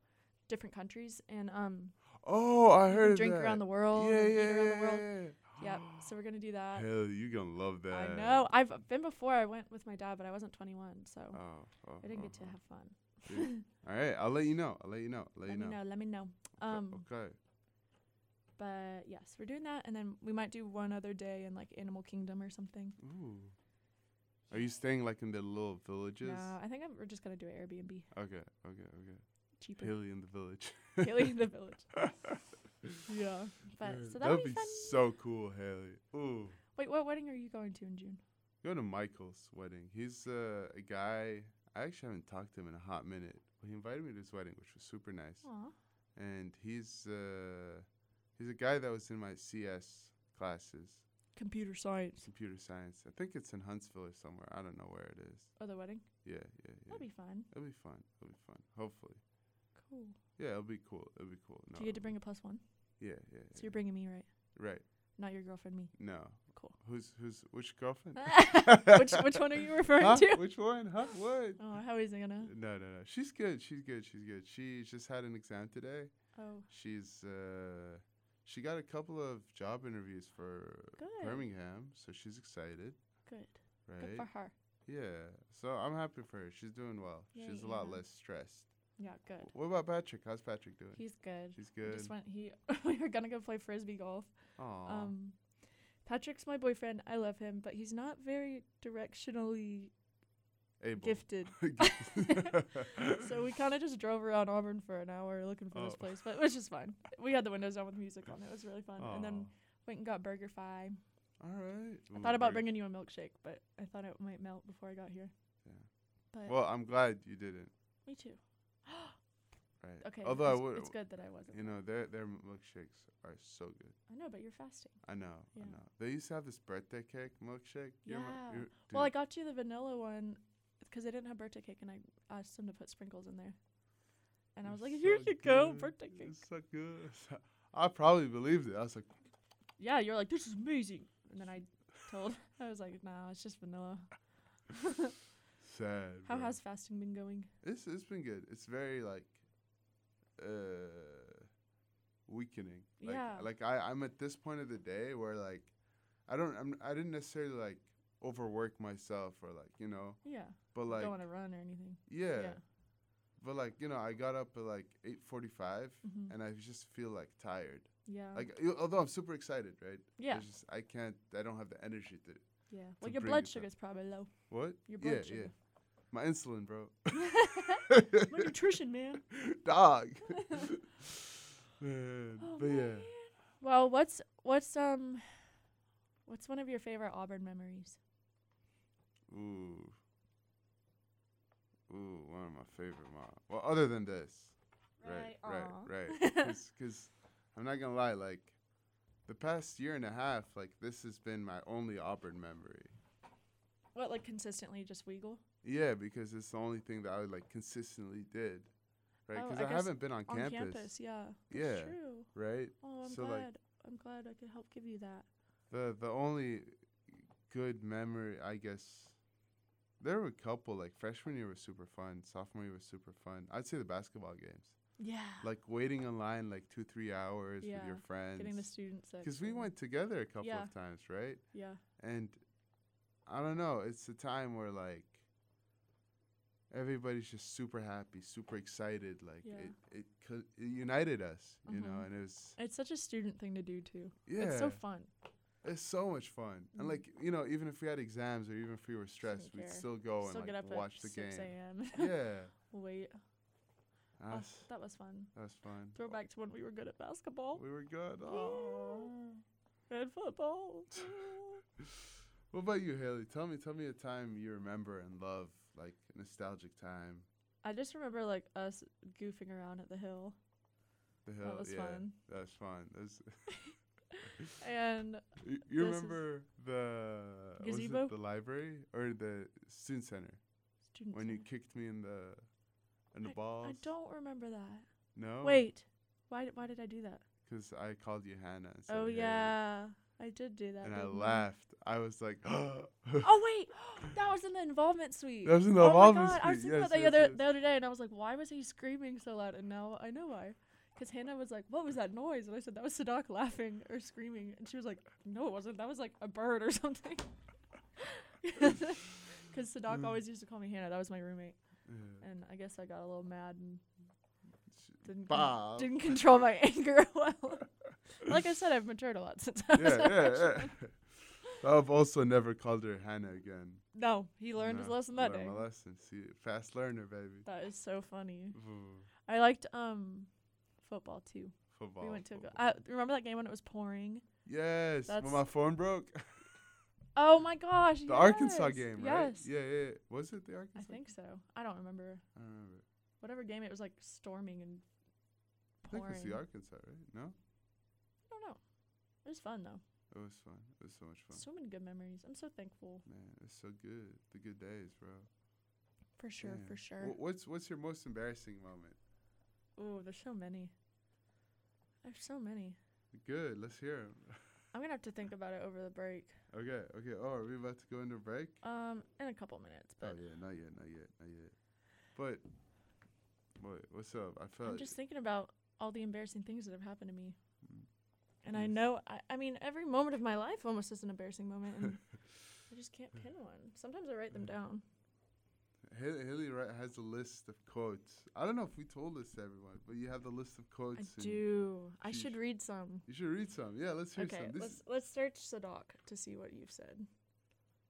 [SPEAKER 1] different countries, and um,
[SPEAKER 2] oh, I
[SPEAKER 1] you
[SPEAKER 2] heard
[SPEAKER 1] drink
[SPEAKER 2] that.
[SPEAKER 1] around the world,
[SPEAKER 2] Yeah,
[SPEAKER 1] and
[SPEAKER 2] yeah,
[SPEAKER 1] eat around the
[SPEAKER 2] yeah,
[SPEAKER 1] world.
[SPEAKER 2] yeah.
[SPEAKER 1] Yep.
[SPEAKER 2] [gasps]
[SPEAKER 1] So we're gonna do that.
[SPEAKER 2] Hell, you gonna love that.
[SPEAKER 1] I know. I've been before. I went with my dad, but I wasn't 21, so
[SPEAKER 2] Oh, oh,
[SPEAKER 1] I didn't get
[SPEAKER 2] oh,
[SPEAKER 1] to have fun.
[SPEAKER 2] oh. Dude. All right, I'll let you know. I'll let you know. I'll let,
[SPEAKER 1] Let
[SPEAKER 2] you
[SPEAKER 1] me
[SPEAKER 2] know.
[SPEAKER 1] know. Let me know.
[SPEAKER 2] Okay,
[SPEAKER 1] Um,
[SPEAKER 2] okay.
[SPEAKER 1] but yes, we're doing that, and then we might do one other day in like Animal Kingdom or something.
[SPEAKER 2] Ooh. Are you staying like in the little villages?
[SPEAKER 1] No, I think I'm, we're just gonna do an Airbnb
[SPEAKER 2] Okay, okay, okay.
[SPEAKER 1] cheaper.
[SPEAKER 2] Haley in the village.
[SPEAKER 1] Haley
[SPEAKER 2] [laughs]
[SPEAKER 1] in the [laughs] village. yeah, but so
[SPEAKER 2] Dude,
[SPEAKER 1] that'll
[SPEAKER 2] that'd
[SPEAKER 1] be fun.
[SPEAKER 2] so cool, Haley. Ooh.
[SPEAKER 1] Wait, what wedding are you going to in June?
[SPEAKER 2] Go to Michael's wedding. He's uh, a guy. I actually haven't talked to him in a hot minute. But he invited me to his wedding, which was super nice.
[SPEAKER 1] Aw.
[SPEAKER 2] And he's uh, he's a guy that was in my CS classes,
[SPEAKER 1] Computer science.
[SPEAKER 2] computer science. I think it's in Huntsville or somewhere. I don't know where it is.
[SPEAKER 1] Oh, the wedding.
[SPEAKER 2] Yeah, yeah, yeah.
[SPEAKER 1] That'll be fun.
[SPEAKER 2] it'll be fun. It'll be fun. Hopefully.
[SPEAKER 1] Cool.
[SPEAKER 2] Yeah, it'll be cool. It'll be cool. No.
[SPEAKER 1] Do you get to bring a plus one?
[SPEAKER 2] Yeah, yeah.
[SPEAKER 1] So you're bringing me, right?
[SPEAKER 2] yeah. Right.
[SPEAKER 1] Not your girlfriend, me.
[SPEAKER 2] No. [laughs]
[SPEAKER 1] Cool. [laughs]
[SPEAKER 2] Who's who's which girlfriend?
[SPEAKER 1] which which one
[SPEAKER 2] [laughs]
[SPEAKER 1] are you referring
[SPEAKER 2] Huh?
[SPEAKER 1] to?
[SPEAKER 2] Which one? Huh? What?
[SPEAKER 1] Oh, how is it gonna?
[SPEAKER 2] No, no, no. She's good. She's good. She's good. She just had an exam today.
[SPEAKER 1] Oh,
[SPEAKER 2] She's uh she got a couple of job interviews for
[SPEAKER 1] Good.
[SPEAKER 2] Birmingham, so she's excited,
[SPEAKER 1] good.
[SPEAKER 2] right?
[SPEAKER 1] Good for her.
[SPEAKER 2] Yeah. So I'm happy for her. She's doing well. she's a
[SPEAKER 1] Yay,
[SPEAKER 2] lot
[SPEAKER 1] Anna.
[SPEAKER 2] less stressed.
[SPEAKER 1] Yeah, good.
[SPEAKER 2] What about Patrick? How's Patrick doing?
[SPEAKER 1] He's good.
[SPEAKER 2] He's
[SPEAKER 1] We
[SPEAKER 2] good.
[SPEAKER 1] Just went. He. [laughs] we were gonna go play frisbee golf.
[SPEAKER 2] Aw.
[SPEAKER 1] Um, Patrick's my boyfriend. I love him, but he's not very directionally
[SPEAKER 2] Able. [laughs]
[SPEAKER 1] gifted. [laughs] So we kind of just drove around Auburn for an hour looking for this
[SPEAKER 2] Oh.
[SPEAKER 1] place, but it was just fun. We had the windows down with music on. It was really fun. And then went and got Burger Fi.
[SPEAKER 2] All right.
[SPEAKER 1] I thought about bringing you a milkshake, but I thought it might melt before I got here.
[SPEAKER 2] Yeah.
[SPEAKER 1] But
[SPEAKER 2] Well, I'm glad you didn't.
[SPEAKER 1] me too.
[SPEAKER 2] Right.
[SPEAKER 1] Okay.
[SPEAKER 2] Although I
[SPEAKER 1] it's-
[SPEAKER 2] would.
[SPEAKER 1] It's good that I wasn't.
[SPEAKER 2] You know, their their milkshakes are so good.
[SPEAKER 1] I know, but you're fasting.
[SPEAKER 2] I know,
[SPEAKER 1] Yeah.
[SPEAKER 2] I know. They used to have this birthday cake milkshake. You remem-
[SPEAKER 1] Yeah.
[SPEAKER 2] you-
[SPEAKER 1] Well, I
[SPEAKER 2] dude,
[SPEAKER 1] got you the vanilla one because I didn't have birthday cake, and I asked them to put sprinkles in there. And I was
[SPEAKER 2] it's
[SPEAKER 1] like, "Here
[SPEAKER 2] so
[SPEAKER 1] you go,
[SPEAKER 2] good,
[SPEAKER 1] birthday cake."
[SPEAKER 2] It's so good. [laughs] I probably believed it. I was
[SPEAKER 1] [laughs]
[SPEAKER 2] like,
[SPEAKER 1] Yeah, you're like, "This is amazing," and
[SPEAKER 2] [laughs]
[SPEAKER 1] then I told, I was like, "No, it's just vanilla."
[SPEAKER 2] sad.
[SPEAKER 1] How
[SPEAKER 2] bro."
[SPEAKER 1] has fasting been going?
[SPEAKER 2] it's it's been good. It's very like, uh, weakening. Like,
[SPEAKER 1] Yeah.
[SPEAKER 2] Like I I'm at this point of the day where like, I don't I'm I didn't necessarily like overwork myself or like you know,
[SPEAKER 1] Yeah,
[SPEAKER 2] but like
[SPEAKER 1] don't want to run or anything.
[SPEAKER 2] yeah,
[SPEAKER 1] yeah.
[SPEAKER 2] but like you know I got up at like eight
[SPEAKER 1] Mhm.
[SPEAKER 2] and I just feel like tired.
[SPEAKER 1] Yeah.
[SPEAKER 2] Like y- although I'm super excited, right?
[SPEAKER 1] Uh-huh. yeah.
[SPEAKER 2] There's Just, I can't. I don't have the energy to.
[SPEAKER 1] Yeah. Well,
[SPEAKER 2] to
[SPEAKER 1] your
[SPEAKER 2] bring
[SPEAKER 1] blood
[SPEAKER 2] it
[SPEAKER 1] sugar's probably low.
[SPEAKER 2] What?
[SPEAKER 1] Your
[SPEAKER 2] yeah,
[SPEAKER 1] blood sugar.
[SPEAKER 2] yeah. My insulin,
[SPEAKER 1] [laughs]
[SPEAKER 2] bro.
[SPEAKER 1] My nutrition, man.
[SPEAKER 2] [laughs]
[SPEAKER 1] [laughs]
[SPEAKER 2] Dog. [laughs] Man,
[SPEAKER 1] [gasps] Oh,
[SPEAKER 2] but yeah,
[SPEAKER 1] man. Well, what's what's um what's one of your favorite Auburn memories?
[SPEAKER 2] ooh, ooh, one of my favorite mom. Well, other than this, right, right, right,
[SPEAKER 1] [laughs]
[SPEAKER 2] because I'm not gonna lie, like the past year and a half, like this has been my only Auburn memory.
[SPEAKER 1] What like consistently just Weagle?
[SPEAKER 2] Yeah, because it's the only thing that I like consistently did, right?
[SPEAKER 1] Oh,
[SPEAKER 2] Because
[SPEAKER 1] I
[SPEAKER 2] I,
[SPEAKER 1] guess
[SPEAKER 2] haven't been on,
[SPEAKER 1] On
[SPEAKER 2] campus,
[SPEAKER 1] campus, yeah. That's
[SPEAKER 2] Yeah.
[SPEAKER 1] True.
[SPEAKER 2] right?
[SPEAKER 1] Oh, I'm
[SPEAKER 2] So,
[SPEAKER 1] glad.
[SPEAKER 2] like-
[SPEAKER 1] I'm glad I could help give you that.
[SPEAKER 2] The the only good memory, I guess, there were a couple. Like freshman year was super fun. Sophomore year was super fun. I'd say the basketball games,
[SPEAKER 1] Yeah.
[SPEAKER 2] like waiting in line like two three hours with
[SPEAKER 1] Yeah,
[SPEAKER 2] your friends.
[SPEAKER 1] Getting the student section.
[SPEAKER 2] because we went together a couple
[SPEAKER 1] Yeah.
[SPEAKER 2] of times, right?
[SPEAKER 1] Yeah.
[SPEAKER 2] And I don't know. It's a time where like everybody's just super happy, super excited. Like
[SPEAKER 1] Yeah.
[SPEAKER 2] it it, co- it united us, you know.
[SPEAKER 1] Mhm.
[SPEAKER 2] And it was
[SPEAKER 1] It's such a student thing to do too.
[SPEAKER 2] yeah,
[SPEAKER 1] It's so fun.
[SPEAKER 2] it's so much fun.
[SPEAKER 1] Mm.
[SPEAKER 2] And like you know, even if we had exams or even if we were stressed,
[SPEAKER 1] Shouldn't
[SPEAKER 2] we'd
[SPEAKER 1] care.
[SPEAKER 2] still go
[SPEAKER 1] Still
[SPEAKER 2] Oh, and
[SPEAKER 1] get
[SPEAKER 2] like,
[SPEAKER 1] up
[SPEAKER 2] watch
[SPEAKER 1] at
[SPEAKER 2] the
[SPEAKER 1] six
[SPEAKER 2] game. Ah.
[SPEAKER 1] a.m. [laughs]
[SPEAKER 2] [laughs] yeah,
[SPEAKER 1] Wait. Oh,
[SPEAKER 2] that's
[SPEAKER 1] that was fun.
[SPEAKER 2] that's fun.
[SPEAKER 1] Throwback to when we were good at basketball
[SPEAKER 2] We were good.
[SPEAKER 1] Yeah.
[SPEAKER 2] Aw.
[SPEAKER 1] and
[SPEAKER 2] [laughs]
[SPEAKER 1] football.
[SPEAKER 2] What about you, Haley? Tell me, tell me a time you remember and love, like a nostalgic time.
[SPEAKER 1] I just remember like us goofing around at the hill.
[SPEAKER 2] The hill.
[SPEAKER 1] That was
[SPEAKER 2] Oh, yeah,
[SPEAKER 1] fun.
[SPEAKER 2] That was fun. That was-
[SPEAKER 1] And
[SPEAKER 2] [laughs] you you
[SPEAKER 1] This is-
[SPEAKER 2] remember the was it
[SPEAKER 1] Gazebo?
[SPEAKER 2] the library or the student center
[SPEAKER 1] student
[SPEAKER 2] when you
[SPEAKER 1] center.
[SPEAKER 2] kicked me in the in the balls?
[SPEAKER 1] I don't remember that.
[SPEAKER 2] No.
[SPEAKER 1] Wait. Why did, why did I do that?
[SPEAKER 2] Because I called you Hannah. and said,
[SPEAKER 1] oh
[SPEAKER 2] "Hey,
[SPEAKER 1] yeah. I did do that.
[SPEAKER 2] and I
[SPEAKER 1] didn't
[SPEAKER 2] laughed. I was like, [gasps] [laughs] oh,
[SPEAKER 1] Oh wait. [gasps] that was in the involvement suite.
[SPEAKER 2] that was in the
[SPEAKER 1] oh
[SPEAKER 2] involvement
[SPEAKER 1] my god. I was
[SPEAKER 2] speech. Yes,
[SPEAKER 1] thinking about that
[SPEAKER 2] yes,
[SPEAKER 1] the other
[SPEAKER 2] yes.
[SPEAKER 1] the other day and I was like, why was he screaming so loud? And now I know why. Because Hannah was like, What was that noise? And I said, That was Sadak laughing or screaming and she was like, No, it wasn't. That was like a bird or [laughs] something. Because Sadak
[SPEAKER 2] Mm.
[SPEAKER 1] always used to call me Hannah. That was my roommate.
[SPEAKER 2] Yeah.
[SPEAKER 1] And I guess I got a little mad and didn't con-
[SPEAKER 2] Bob.
[SPEAKER 1] didn't control my [laughs] anger
[SPEAKER 2] [laughs]
[SPEAKER 1] well. like I said, I've matured a lot since I
[SPEAKER 2] yeah,
[SPEAKER 1] was a
[SPEAKER 2] yeah,
[SPEAKER 1] freshman.
[SPEAKER 2] yeah. I've also never called her Hannah again.
[SPEAKER 1] [laughs] No, he learned his
[SPEAKER 2] No,
[SPEAKER 1] lesson that
[SPEAKER 2] learned
[SPEAKER 1] day.
[SPEAKER 2] My lesson. See, fast learner, baby.
[SPEAKER 1] That is so funny.
[SPEAKER 2] Ooh,
[SPEAKER 1] I liked um football too.
[SPEAKER 2] football.
[SPEAKER 1] we went to a go- uh,
[SPEAKER 2] football.
[SPEAKER 1] I remember that game when it was pouring.
[SPEAKER 2] yes,
[SPEAKER 1] that's-
[SPEAKER 2] when my phone broke. [laughs]
[SPEAKER 1] Oh my gosh.
[SPEAKER 2] The Arkansas
[SPEAKER 1] yes,
[SPEAKER 2] game, right?
[SPEAKER 1] Yes.
[SPEAKER 2] Yeah, yeah. yeah. Was it the Arkansas?
[SPEAKER 1] I think so. I don't remember.
[SPEAKER 2] I don't remember.
[SPEAKER 1] Whatever game it was like storming and
[SPEAKER 2] I think it was
[SPEAKER 1] pouring.
[SPEAKER 2] the Arkansas, right? No,
[SPEAKER 1] I don't know. It was fun though.
[SPEAKER 2] it was fun. It was so much fun.
[SPEAKER 1] So many good memories. I'm so thankful.
[SPEAKER 2] Man, it's so good. The good days, bro.
[SPEAKER 1] For sure,
[SPEAKER 2] Yeah.
[SPEAKER 1] for sure.
[SPEAKER 2] Wh- what's what's your most embarrassing moment?
[SPEAKER 1] Ooh, there's so many. There's so many.
[SPEAKER 2] Good. Let's hear 'em. [laughs]
[SPEAKER 1] I'm gonna have to think about it over the break.
[SPEAKER 2] Okay. Okay. Oh, are we about to go into break?
[SPEAKER 1] Um, in a couple minutes,
[SPEAKER 2] Oh
[SPEAKER 1] but
[SPEAKER 2] yeah, not yet, not yet, not yet. But what what's up? I felt
[SPEAKER 1] I'm just thinking about all the embarrassing things that have happened to me.
[SPEAKER 2] Mm.
[SPEAKER 1] And I
[SPEAKER 2] Yes.
[SPEAKER 1] know, I, I mean, every moment of my life almost is an embarrassing moment,
[SPEAKER 2] [laughs]
[SPEAKER 1] and I just can't pin one. Sometimes I write them down.
[SPEAKER 2] Hil- Hilly Wright has a list of quotes. I don't know if we told this to everyone, but you have the list of quotes.
[SPEAKER 1] I
[SPEAKER 2] and
[SPEAKER 1] do. I
[SPEAKER 2] sheesh.
[SPEAKER 1] should read some.
[SPEAKER 2] You should read some. Yeah, let's hear
[SPEAKER 1] Okay,
[SPEAKER 2] some. This
[SPEAKER 1] let's let's search Sadoc to see what you've said.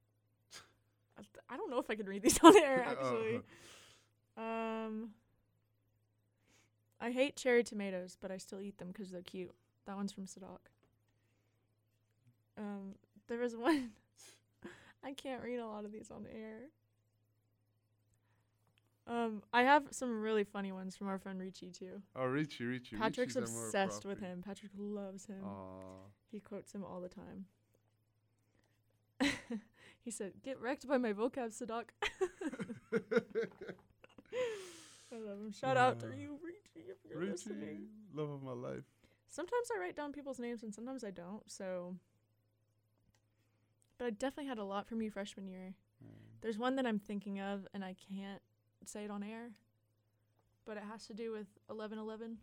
[SPEAKER 2] [laughs]
[SPEAKER 1] I th- I don't know if I can read these on
[SPEAKER 2] [laughs]
[SPEAKER 1] air
[SPEAKER 2] Oh,
[SPEAKER 1] actually. Um, I hate cherry tomatoes, but I still eat them 'cause they're cute. That one's from Sadoc. Um, there was [laughs] one. I can't read a lot of these on air. Um, I have some really funny ones from our friend Richie too.
[SPEAKER 2] oh, Richie, Richie.
[SPEAKER 1] Patrick's
[SPEAKER 2] Richie's a more
[SPEAKER 1] obsessed with
[SPEAKER 2] proper-
[SPEAKER 1] him. Patrick loves him. [laughs]
[SPEAKER 2] Aw.
[SPEAKER 1] He quotes him all the time. [laughs] he said, "Get wrecked by my vocab, Sadoc." I love him. Shout out to
[SPEAKER 2] Ah.
[SPEAKER 1] you, Richie, if you're
[SPEAKER 2] Richie,
[SPEAKER 1] listening.
[SPEAKER 2] love of my life.
[SPEAKER 1] Sometimes I write down people's names and sometimes I don't. So, but I definitely had a lot from you freshman year.
[SPEAKER 2] Man.
[SPEAKER 1] There's one that I'm thinking of and I can't say it on air, but it has to do with 1111.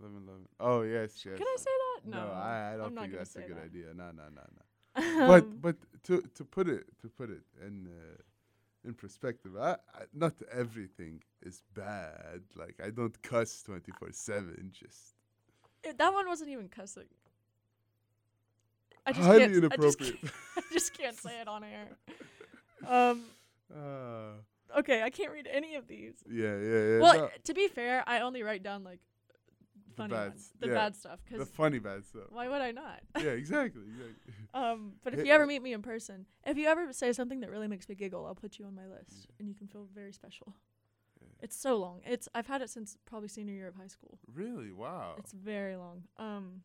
[SPEAKER 2] Love and love. Oh yes, yes.
[SPEAKER 1] Can I say that?
[SPEAKER 2] no, I, I don't
[SPEAKER 1] I'm not
[SPEAKER 2] think
[SPEAKER 1] gonna
[SPEAKER 2] that's a
[SPEAKER 1] say
[SPEAKER 2] good
[SPEAKER 1] that. Um,
[SPEAKER 2] idea. No, no, no, no.
[SPEAKER 1] [laughs] idea.
[SPEAKER 2] but but to to put it to put it in uh, in perspective, I, I, not everything is bad. Like I don't cuss twenty four seven. Just
[SPEAKER 1] It, that one wasn't even cussing. I just
[SPEAKER 2] highly
[SPEAKER 1] can't,
[SPEAKER 2] inappropriate.
[SPEAKER 1] I just,
[SPEAKER 2] [laughs]
[SPEAKER 1] can't, [laughs] I just can't say it on air. Um,
[SPEAKER 2] uh,
[SPEAKER 1] okay, I can't read any of these.
[SPEAKER 2] yeah, yeah, yeah.
[SPEAKER 1] well,
[SPEAKER 2] no,
[SPEAKER 1] to be fair, I only write down like funny
[SPEAKER 2] bad
[SPEAKER 1] ones,
[SPEAKER 2] s-
[SPEAKER 1] the
[SPEAKER 2] yeah,
[SPEAKER 1] bad stuff,
[SPEAKER 2] the
[SPEAKER 1] because
[SPEAKER 2] funny bad stuff.
[SPEAKER 1] why would [laughs] I not?
[SPEAKER 2] yeah, exactly, exactly.
[SPEAKER 1] [laughs]
[SPEAKER 2] [laughs]
[SPEAKER 1] Um, but if
[SPEAKER 2] Hit-
[SPEAKER 1] you ever meet me in person, if you ever say something that really makes me giggle, I'll put you on my list,
[SPEAKER 2] Mm.
[SPEAKER 1] and you can feel very special.
[SPEAKER 2] Yeah.
[SPEAKER 1] It's so long. It's I've had it since probably senior year of high school.
[SPEAKER 2] Really? Wow.
[SPEAKER 1] It's very long. Um,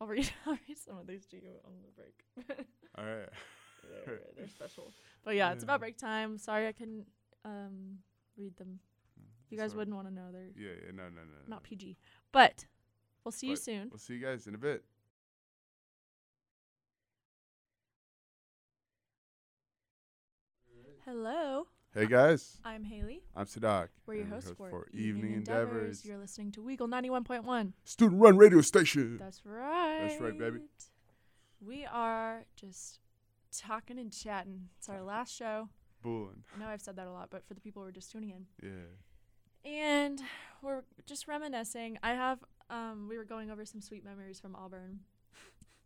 [SPEAKER 1] I'll read [laughs] I'll read some of these to you on the break. [laughs]
[SPEAKER 2] All right. [laughs]
[SPEAKER 1] they're, they're special. But yeah, it's
[SPEAKER 2] Yeah.
[SPEAKER 1] about break time. Sorry I couldn't um read them.
[SPEAKER 2] Mm,
[SPEAKER 1] You guys
[SPEAKER 2] Sorry.
[SPEAKER 1] wouldn't want to know. They're
[SPEAKER 2] Yeah, yeah. No, no, no. no, no.
[SPEAKER 1] not PG. But we'll see you
[SPEAKER 2] But-
[SPEAKER 1] soon.
[SPEAKER 2] We'll see you guys in a bit.
[SPEAKER 1] Hello,
[SPEAKER 2] Hey guys,
[SPEAKER 1] I'm Haley.
[SPEAKER 2] I'm Sadak.
[SPEAKER 1] We're your
[SPEAKER 2] and
[SPEAKER 1] hosts for,
[SPEAKER 2] Evening Endeavors.
[SPEAKER 1] You're listening to Weagle 91.1.
[SPEAKER 2] Student run radio [laughs] station.
[SPEAKER 1] That's right.
[SPEAKER 2] right, baby.
[SPEAKER 1] We are just talking and chatting. It's our last show.
[SPEAKER 2] Bullen.
[SPEAKER 1] I know I've said that a lot, but for the people who are just tuning in,
[SPEAKER 2] Yeah.
[SPEAKER 1] and we're just reminiscing. I have um we were going over some sweet memories from Auburn.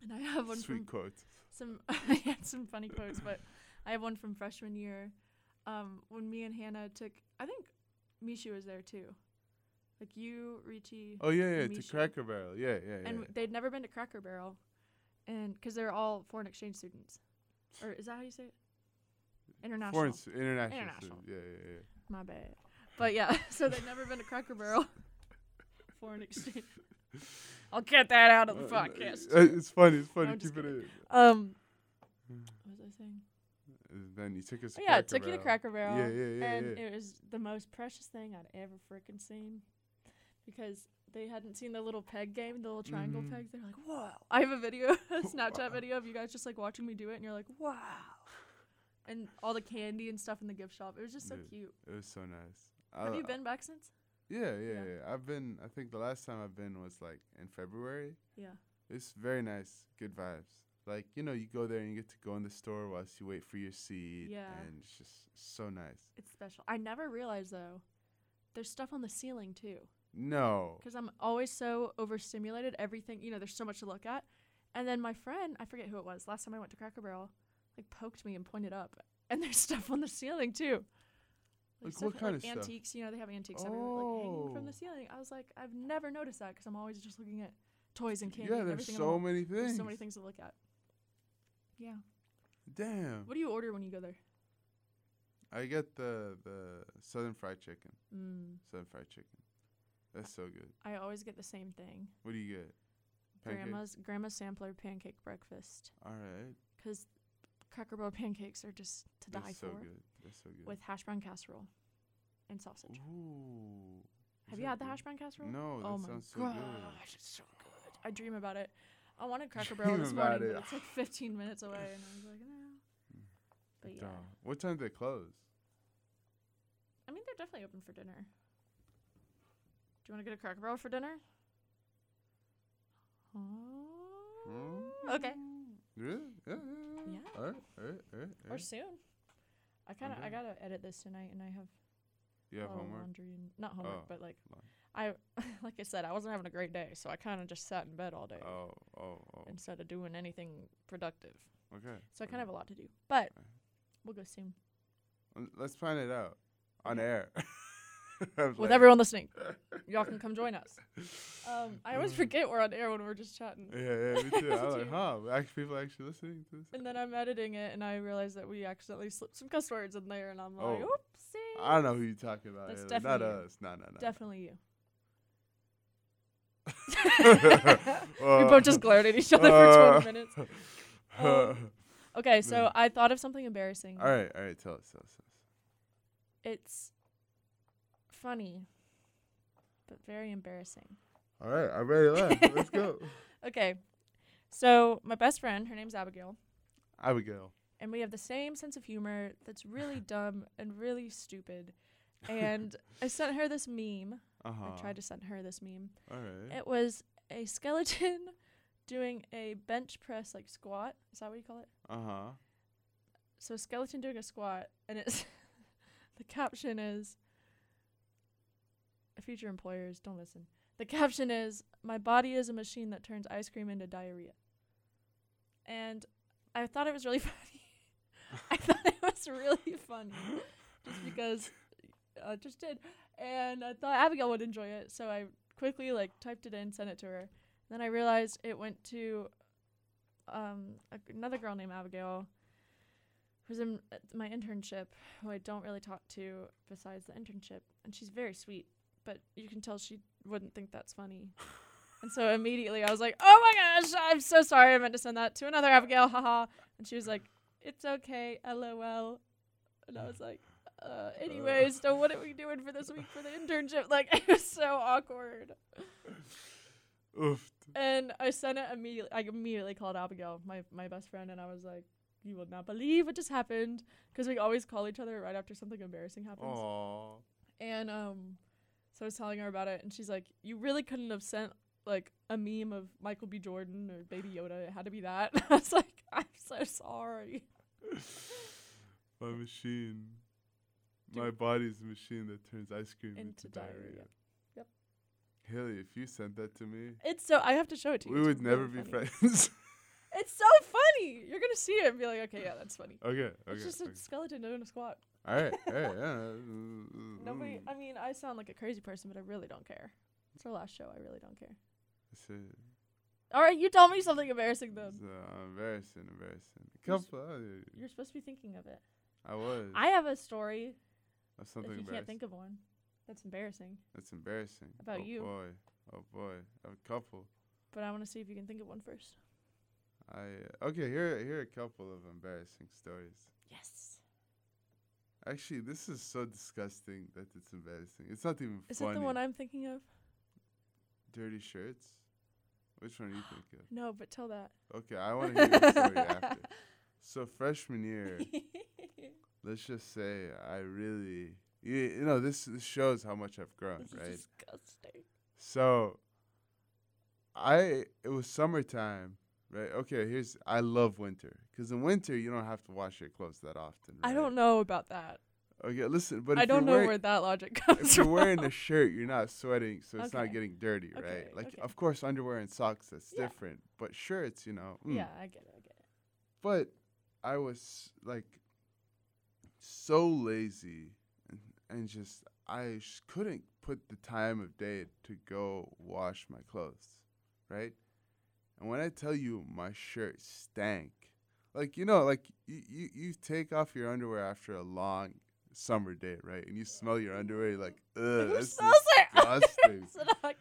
[SPEAKER 1] And I have one
[SPEAKER 2] Sweet
[SPEAKER 1] from
[SPEAKER 2] quote.
[SPEAKER 1] some [laughs] I had some funny quotes, but I have one from freshman year. Um when me and Hannah took I think Mishu was there too. Like you, Richie,
[SPEAKER 2] Oh yeah, yeah, to
[SPEAKER 1] Misha.
[SPEAKER 2] Cracker Barrel. Yeah, yeah, yeah.
[SPEAKER 1] and w they'd never been to Cracker Barrel. And cuz they're all foreign exchange students. Or is that how you say it? International.
[SPEAKER 2] Foreign s- international.
[SPEAKER 1] International.
[SPEAKER 2] student. Yeah, yeah, yeah.
[SPEAKER 1] My bad. But yeah, [laughs] so they've never been to Cracker Barrel. [laughs] Foreign exchange. I'll get that out of the
[SPEAKER 2] Uh, n-
[SPEAKER 1] podcast.
[SPEAKER 2] uh, [laughs] it's funny. It's funny.
[SPEAKER 1] I'm just
[SPEAKER 2] Keep it in.
[SPEAKER 1] Um,
[SPEAKER 2] Mm.
[SPEAKER 1] what was I saying?
[SPEAKER 2] And then you took us.
[SPEAKER 1] Oh,
[SPEAKER 2] to
[SPEAKER 1] yeah, it
[SPEAKER 2] Cracker
[SPEAKER 1] took you to
[SPEAKER 2] Barrel.
[SPEAKER 1] Cracker Barrel.
[SPEAKER 2] Yeah, yeah, yeah,
[SPEAKER 1] And
[SPEAKER 2] yeah.
[SPEAKER 1] it was the most precious thing I'd ever freaking seen because they hadn't seen the little peg game, the little triangle
[SPEAKER 2] Mhm.
[SPEAKER 1] pegs. They're like, wow. I have a video, [laughs]
[SPEAKER 2] [laughs]
[SPEAKER 1] a Snapchat
[SPEAKER 2] Wow.
[SPEAKER 1] video of you guys just like watching me do it, and you're like, wow. And all the candy and stuff in the gift shop. It was just so
[SPEAKER 2] Yeah.
[SPEAKER 1] cute.
[SPEAKER 2] It was so nice.
[SPEAKER 1] Have
[SPEAKER 2] I-
[SPEAKER 1] you
[SPEAKER 2] I-
[SPEAKER 1] been back since?
[SPEAKER 2] Yeah, yeah,
[SPEAKER 1] Yeah.
[SPEAKER 2] yeah, I've been. I think the last time I've been was like in February.
[SPEAKER 1] Yeah.
[SPEAKER 2] It's very nice. Good vibes. Like you know, you go there and you get to go in the store whilst you wait for your seat.
[SPEAKER 1] Yeah.
[SPEAKER 2] And it's just so nice.
[SPEAKER 1] It's special. I never realized though, there's stuff on the ceiling too.
[SPEAKER 2] No.
[SPEAKER 1] Because I'm always so overstimulated. Everything, you know, there's so much to look at. And then my friend, I forget who it was, last time I went to Cracker Barrel, like poked me and pointed up. [laughs] And there's stuff on the ceiling too.
[SPEAKER 2] Like,
[SPEAKER 1] stuff-
[SPEAKER 2] what kind of stuff?
[SPEAKER 1] Antiques, you know, they have antiques everywhere, like hanging from
[SPEAKER 2] Oh.
[SPEAKER 1] the ceiling. I was like, I've never noticed that because I'm always just looking at toys and candy.
[SPEAKER 2] yeah,
[SPEAKER 1] and
[SPEAKER 2] there's
[SPEAKER 1] everything in the
[SPEAKER 2] so
[SPEAKER 1] wall.
[SPEAKER 2] many things.
[SPEAKER 1] There's so many things to look at. Yeah.
[SPEAKER 2] Damn.
[SPEAKER 1] What do you order when you go there?
[SPEAKER 2] I get the the southern fried chicken.
[SPEAKER 1] Mm,
[SPEAKER 2] Southern fried chicken. That's so good.
[SPEAKER 1] I always get the same thing.
[SPEAKER 2] What do you get? Pancake?
[SPEAKER 1] Grandma's grandma sampler pancake breakfast.
[SPEAKER 2] All right.
[SPEAKER 1] 'Cause cracker barrel pancakes are just to die
[SPEAKER 2] That's so
[SPEAKER 1] for
[SPEAKER 2] good. That's so good.
[SPEAKER 1] with hash brown casserole and sausage.
[SPEAKER 2] Ooh.
[SPEAKER 1] Have you had the hash brown casserole?
[SPEAKER 2] No, that
[SPEAKER 1] oh my
[SPEAKER 2] sounds so
[SPEAKER 1] gosh,
[SPEAKER 2] good.
[SPEAKER 1] it's so good. I dream about it.
[SPEAKER 2] [laughs]
[SPEAKER 1] I wanted Cracker
[SPEAKER 2] Dream
[SPEAKER 1] Barrel this
[SPEAKER 2] about
[SPEAKER 1] morning, but
[SPEAKER 2] it. Mm,
[SPEAKER 1] it's like 15 minutes away, and I was like, no. But yeah,
[SPEAKER 2] Duh. What time do they close?
[SPEAKER 1] I mean, they're definitely open for dinner. Do you want to get a Cracker Barrel for dinner? Mm. Okay.
[SPEAKER 2] Really? Yeah. Yeah.
[SPEAKER 1] Yeah.
[SPEAKER 2] All right. All right. All right.
[SPEAKER 1] Or soon. I kind of I
[SPEAKER 2] Okay.
[SPEAKER 1] gotta edit this tonight, and I have
[SPEAKER 2] You have
[SPEAKER 1] a lot of
[SPEAKER 2] homework.
[SPEAKER 1] laundry and not homework,
[SPEAKER 2] Oh,
[SPEAKER 1] but like
[SPEAKER 2] laun-
[SPEAKER 1] I [laughs] like I said, I wasn't having a great day, so I kind of just sat in bed all day
[SPEAKER 2] Oh. Oh. Oh.
[SPEAKER 1] instead of doing anything productive.
[SPEAKER 2] Okay.
[SPEAKER 1] So I
[SPEAKER 2] okay.
[SPEAKER 1] kind of have a lot to do, but
[SPEAKER 2] Okay.
[SPEAKER 1] we'll go soon
[SPEAKER 2] L- Let's plan it out on
[SPEAKER 1] Okay.
[SPEAKER 2] air. [laughs]
[SPEAKER 1] with everyone listening. Y'all can come join
[SPEAKER 2] [laughs]
[SPEAKER 1] us. Um, I always
[SPEAKER 2] Uh,
[SPEAKER 1] forget we're on air when we're just chatting,
[SPEAKER 2] [laughs] Yeah, yeah, me
[SPEAKER 1] [laughs]
[SPEAKER 2] too. I was like,
[SPEAKER 1] Did you-
[SPEAKER 2] huh? act- People actually listening to this?
[SPEAKER 1] and then I'm editing it, and I realize that we accidentally slipped some cuss words in there, and I'm like,
[SPEAKER 2] Oh.
[SPEAKER 1] oopsie.
[SPEAKER 2] I don't know who you're talking about.
[SPEAKER 1] That's
[SPEAKER 2] That's not
[SPEAKER 1] definitely you.
[SPEAKER 2] us. No, no, no.
[SPEAKER 1] Definitely you. we [laughs]
[SPEAKER 2] Uh, [laughs]
[SPEAKER 1] both just glared at each other for 20 minutes. um, Okay, so
[SPEAKER 2] man.
[SPEAKER 1] I thought of something embarrassing.
[SPEAKER 2] all right, all right. Tell us, tell us. tell us.
[SPEAKER 1] It's funny, but very embarrassing.
[SPEAKER 2] All right, I'm ready to laugh. Let's go.
[SPEAKER 1] [laughs] Okay, so my best friend, her name's Abigail,
[SPEAKER 2] Abigail.
[SPEAKER 1] and we have the same sense of humor that's really dumb and really stupid. And I sent her this meme.
[SPEAKER 2] Uh huh.
[SPEAKER 1] I tried to send her this meme.
[SPEAKER 2] All right.
[SPEAKER 1] It was a skeleton [laughs] doing a bench press, like squat. Is that what you call it?
[SPEAKER 2] Uh huh.
[SPEAKER 1] So, a skeleton doing a squat, and it's [laughs] the caption is future employers, don't listen. The caption is My body is a machine that turns ice cream into diarrhea. And I thought it was really [laughs] funny. I thought it was really funny just because uh, I just did. And I thought Abigail would enjoy it, so I quickly like typed it in, sent it to her. Then I realized it went to um, a, another girl named Abigail, who's in uh, my internship, who I don't really talk to besides the internship, and she's very sweet, but you can tell she wouldn't think that's funny. and so immediately I was like, "Oh my gosh, I'm so sorry. I meant to send that to another Abigail, haha." And she was like, "It's okay, lol." And I was like. Uh, anyways, so what are we doing for this week for the internship? Like, [laughs] it was so awkward.
[SPEAKER 2] Oof.
[SPEAKER 1] And I sent it immediately. I immediately called Abigail, my my best friend, and I was like, "You will not believe what just happened," because we always call each other right after something embarrassing happens.
[SPEAKER 2] Aw. [laughs]
[SPEAKER 1] And um, so I was telling her about it, and she's like, "You really couldn't have sent like a meme of Michael B. Jordan or Baby Yoda. It had to be that." [laughs] I was like, "I'm so sorry."
[SPEAKER 2] My machine.
[SPEAKER 1] Do-
[SPEAKER 2] My body's a machine that turns ice cream into,
[SPEAKER 1] Into
[SPEAKER 2] diarrhea.
[SPEAKER 1] diarrhea. Yep.
[SPEAKER 2] Haley, if you sent that to me,
[SPEAKER 1] It's so I have to show it to you.
[SPEAKER 2] we
[SPEAKER 1] It's
[SPEAKER 2] would never
[SPEAKER 1] really
[SPEAKER 2] be
[SPEAKER 1] funny.
[SPEAKER 2] friends. [laughs]
[SPEAKER 1] It's so funny. You're gonna see it and be like, "Okay, yeah, that's
[SPEAKER 2] [laughs]
[SPEAKER 1] funny."
[SPEAKER 2] okay. Okay.
[SPEAKER 1] it's just
[SPEAKER 2] okay.
[SPEAKER 1] a skeleton doing a squat.
[SPEAKER 2] All right. All right. Yeah.
[SPEAKER 1] [laughs] Nobody.
[SPEAKER 2] mm,
[SPEAKER 1] I mean, I sound like a crazy person, but I really don't care. It's our last show. I really don't care.
[SPEAKER 2] it's a-
[SPEAKER 1] All right, you tell me something embarrassing then.
[SPEAKER 2] it's, uh, embarrassing. Embarrassing.
[SPEAKER 1] You're s-
[SPEAKER 2] Couple. uh,
[SPEAKER 1] You're supposed to be thinking of it.
[SPEAKER 2] I was.
[SPEAKER 1] I have a story.
[SPEAKER 2] of something
[SPEAKER 1] if you
[SPEAKER 2] embarrassing.
[SPEAKER 1] can't think of one, that's embarrassing.
[SPEAKER 2] That's embarrassing.
[SPEAKER 1] About
[SPEAKER 2] oh
[SPEAKER 1] you.
[SPEAKER 2] boy. Oh boy. A couple.
[SPEAKER 1] But I want to see if you can think of one first.
[SPEAKER 2] I okay. Here, here are a couple of embarrassing stories.
[SPEAKER 1] Yes.
[SPEAKER 2] Actually, this is so disgusting that it's embarrassing. It's not even
[SPEAKER 1] Is
[SPEAKER 2] funny.
[SPEAKER 1] it the one I'm thinking of?
[SPEAKER 2] Dirty shirts. Which one do
[SPEAKER 1] [gasps]
[SPEAKER 2] you think
[SPEAKER 1] No, but tell that.
[SPEAKER 2] of? Okay, I want to hear your story
[SPEAKER 1] [laughs]
[SPEAKER 2] after. So freshman year, let's just say I really, you, you know, this, this shows how much I've grown,
[SPEAKER 1] this
[SPEAKER 2] right?
[SPEAKER 1] is disgusting.
[SPEAKER 2] So I it was summertime, right? Okay, here's I love winter cuz in winter you don't have to wash your clothes that often.
[SPEAKER 1] I don't know about that.
[SPEAKER 2] know. Okay, listen, but
[SPEAKER 1] I
[SPEAKER 2] if you're
[SPEAKER 1] don't know
[SPEAKER 2] wearing,
[SPEAKER 1] where that logic [laughs]
[SPEAKER 2] [laughs]
[SPEAKER 1] comes
[SPEAKER 2] if you're
[SPEAKER 1] from.
[SPEAKER 2] wearing a shirt, you're not sweating, so it's
[SPEAKER 1] Okay.
[SPEAKER 2] not getting dirty,
[SPEAKER 1] Okay,
[SPEAKER 2] right? Like
[SPEAKER 1] okay.
[SPEAKER 2] of course underwear and socks that's
[SPEAKER 1] Yeah.
[SPEAKER 2] different, but shirts, you know. mm.
[SPEAKER 1] yeah, I get it. I get it.
[SPEAKER 2] But I was like so lazy and, and just I sh- couldn't put the time of day to go wash my clothes, right? And when I tell you my shirt stank, like you know, like you, you you take off your underwear after a long summer day, right? And you smell your underwear, you're like, ugh,
[SPEAKER 1] [laughs] Who
[SPEAKER 2] that's
[SPEAKER 1] smells
[SPEAKER 2] [laughs]
[SPEAKER 1] their
[SPEAKER 2] disgusting.
[SPEAKER 1] underwears? And I'm like,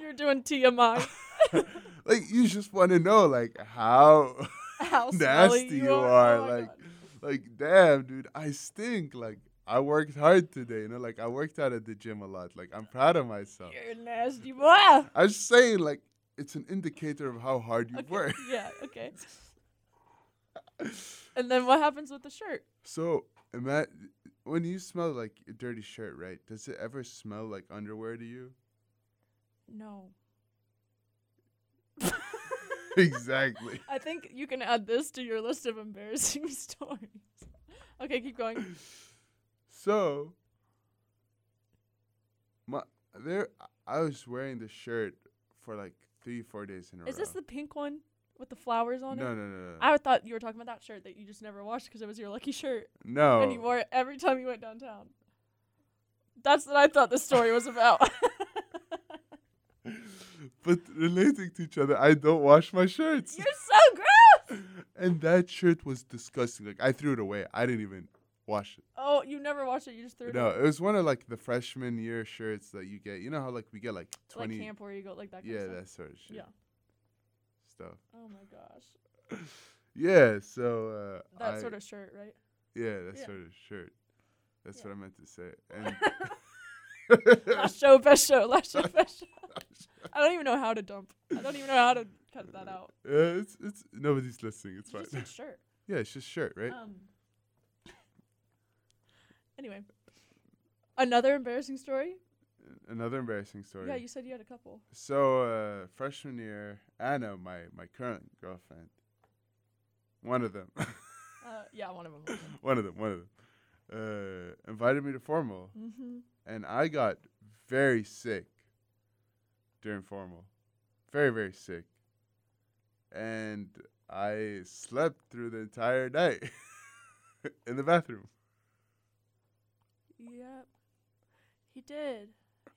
[SPEAKER 1] You're
[SPEAKER 2] [laughs]
[SPEAKER 1] doing TMI.
[SPEAKER 2] like you just want to know, like how,
[SPEAKER 1] How smelly
[SPEAKER 2] nasty you are,
[SPEAKER 1] Oh my
[SPEAKER 2] like,
[SPEAKER 1] God.
[SPEAKER 2] like damn, dude, I stink. Like I worked hard today, you know, like I worked out at the gym a lot. Like I'm proud of myself.
[SPEAKER 1] you're a nasty boy.
[SPEAKER 2] I'm just saying, like it's an indicator of how hard you
[SPEAKER 1] Okay,
[SPEAKER 2] work. [laughs]
[SPEAKER 1] Yeah, okay. And then what happens with the shirt?
[SPEAKER 2] So, Matt, when you smell like a dirty shirt, right? Does it ever smell like underwear to you? [laughs]
[SPEAKER 1] No.
[SPEAKER 2] exactly.
[SPEAKER 1] I think you can add this to your list of embarrassing [laughs] stories. Okay, keep going.
[SPEAKER 2] [clears throat] So, my there, I was wearing the shirt for like three, four days in a row.
[SPEAKER 1] Is this the pink one with the flowers on
[SPEAKER 2] no,
[SPEAKER 1] it?
[SPEAKER 2] no, no, no, no.
[SPEAKER 1] I thought you were talking about that shirt that you just never washed because it was your lucky shirt
[SPEAKER 2] no.
[SPEAKER 1] and you wore it every time you went downtown. That's what I thought the story was about. [laughs]
[SPEAKER 2] [laughs] but relating to each other, I don't wash my shirts.
[SPEAKER 1] You're so gross.
[SPEAKER 2] and that shirt was disgusting. Like I threw it away. I didn't even wash it.
[SPEAKER 1] Oh, you never washed it. You just threw it.
[SPEAKER 2] No,
[SPEAKER 1] away.
[SPEAKER 2] it was one of like the freshman year shirts that you get. You know how like we get like
[SPEAKER 1] like
[SPEAKER 2] twenty.
[SPEAKER 1] camp where you go like that. Kind
[SPEAKER 2] yeah,
[SPEAKER 1] of stuff.
[SPEAKER 2] that sort of shit.
[SPEAKER 1] Yeah.
[SPEAKER 2] Stuff.
[SPEAKER 1] Oh my gosh,
[SPEAKER 2] Yeah. So uh,
[SPEAKER 1] that
[SPEAKER 2] I,
[SPEAKER 1] sort of shirt, right?
[SPEAKER 2] [laughs] Yeah, that
[SPEAKER 1] yeah.
[SPEAKER 2] sort of shirt. That's
[SPEAKER 1] Yeah.
[SPEAKER 2] what I meant to say.
[SPEAKER 1] [laughs]
[SPEAKER 2] And [laughs]
[SPEAKER 1] last show, best show, last show, best show. I don't even know how to dump. I don't even know how to cut that out.
[SPEAKER 2] uh, it's it's nobody's listening. It's
[SPEAKER 1] You
[SPEAKER 2] fine.
[SPEAKER 1] just said shirt.
[SPEAKER 2] yeah, it's just shirt, right?
[SPEAKER 1] Um. Anyway, another embarrassing story.
[SPEAKER 2] Another embarrassing story.
[SPEAKER 1] Yeah, you said you had a couple.
[SPEAKER 2] So uh, freshman year, Anna, my my current girlfriend, one of them, [laughs]
[SPEAKER 1] Uh, yeah, one of them.
[SPEAKER 2] [coughs] one of them, one of them, uh, invited me to formal,
[SPEAKER 1] mm-hmm.
[SPEAKER 2] and I got very sick during formal, very very sick, and I slept through the entire night [laughs] in the bathroom.
[SPEAKER 1] Yep, he did.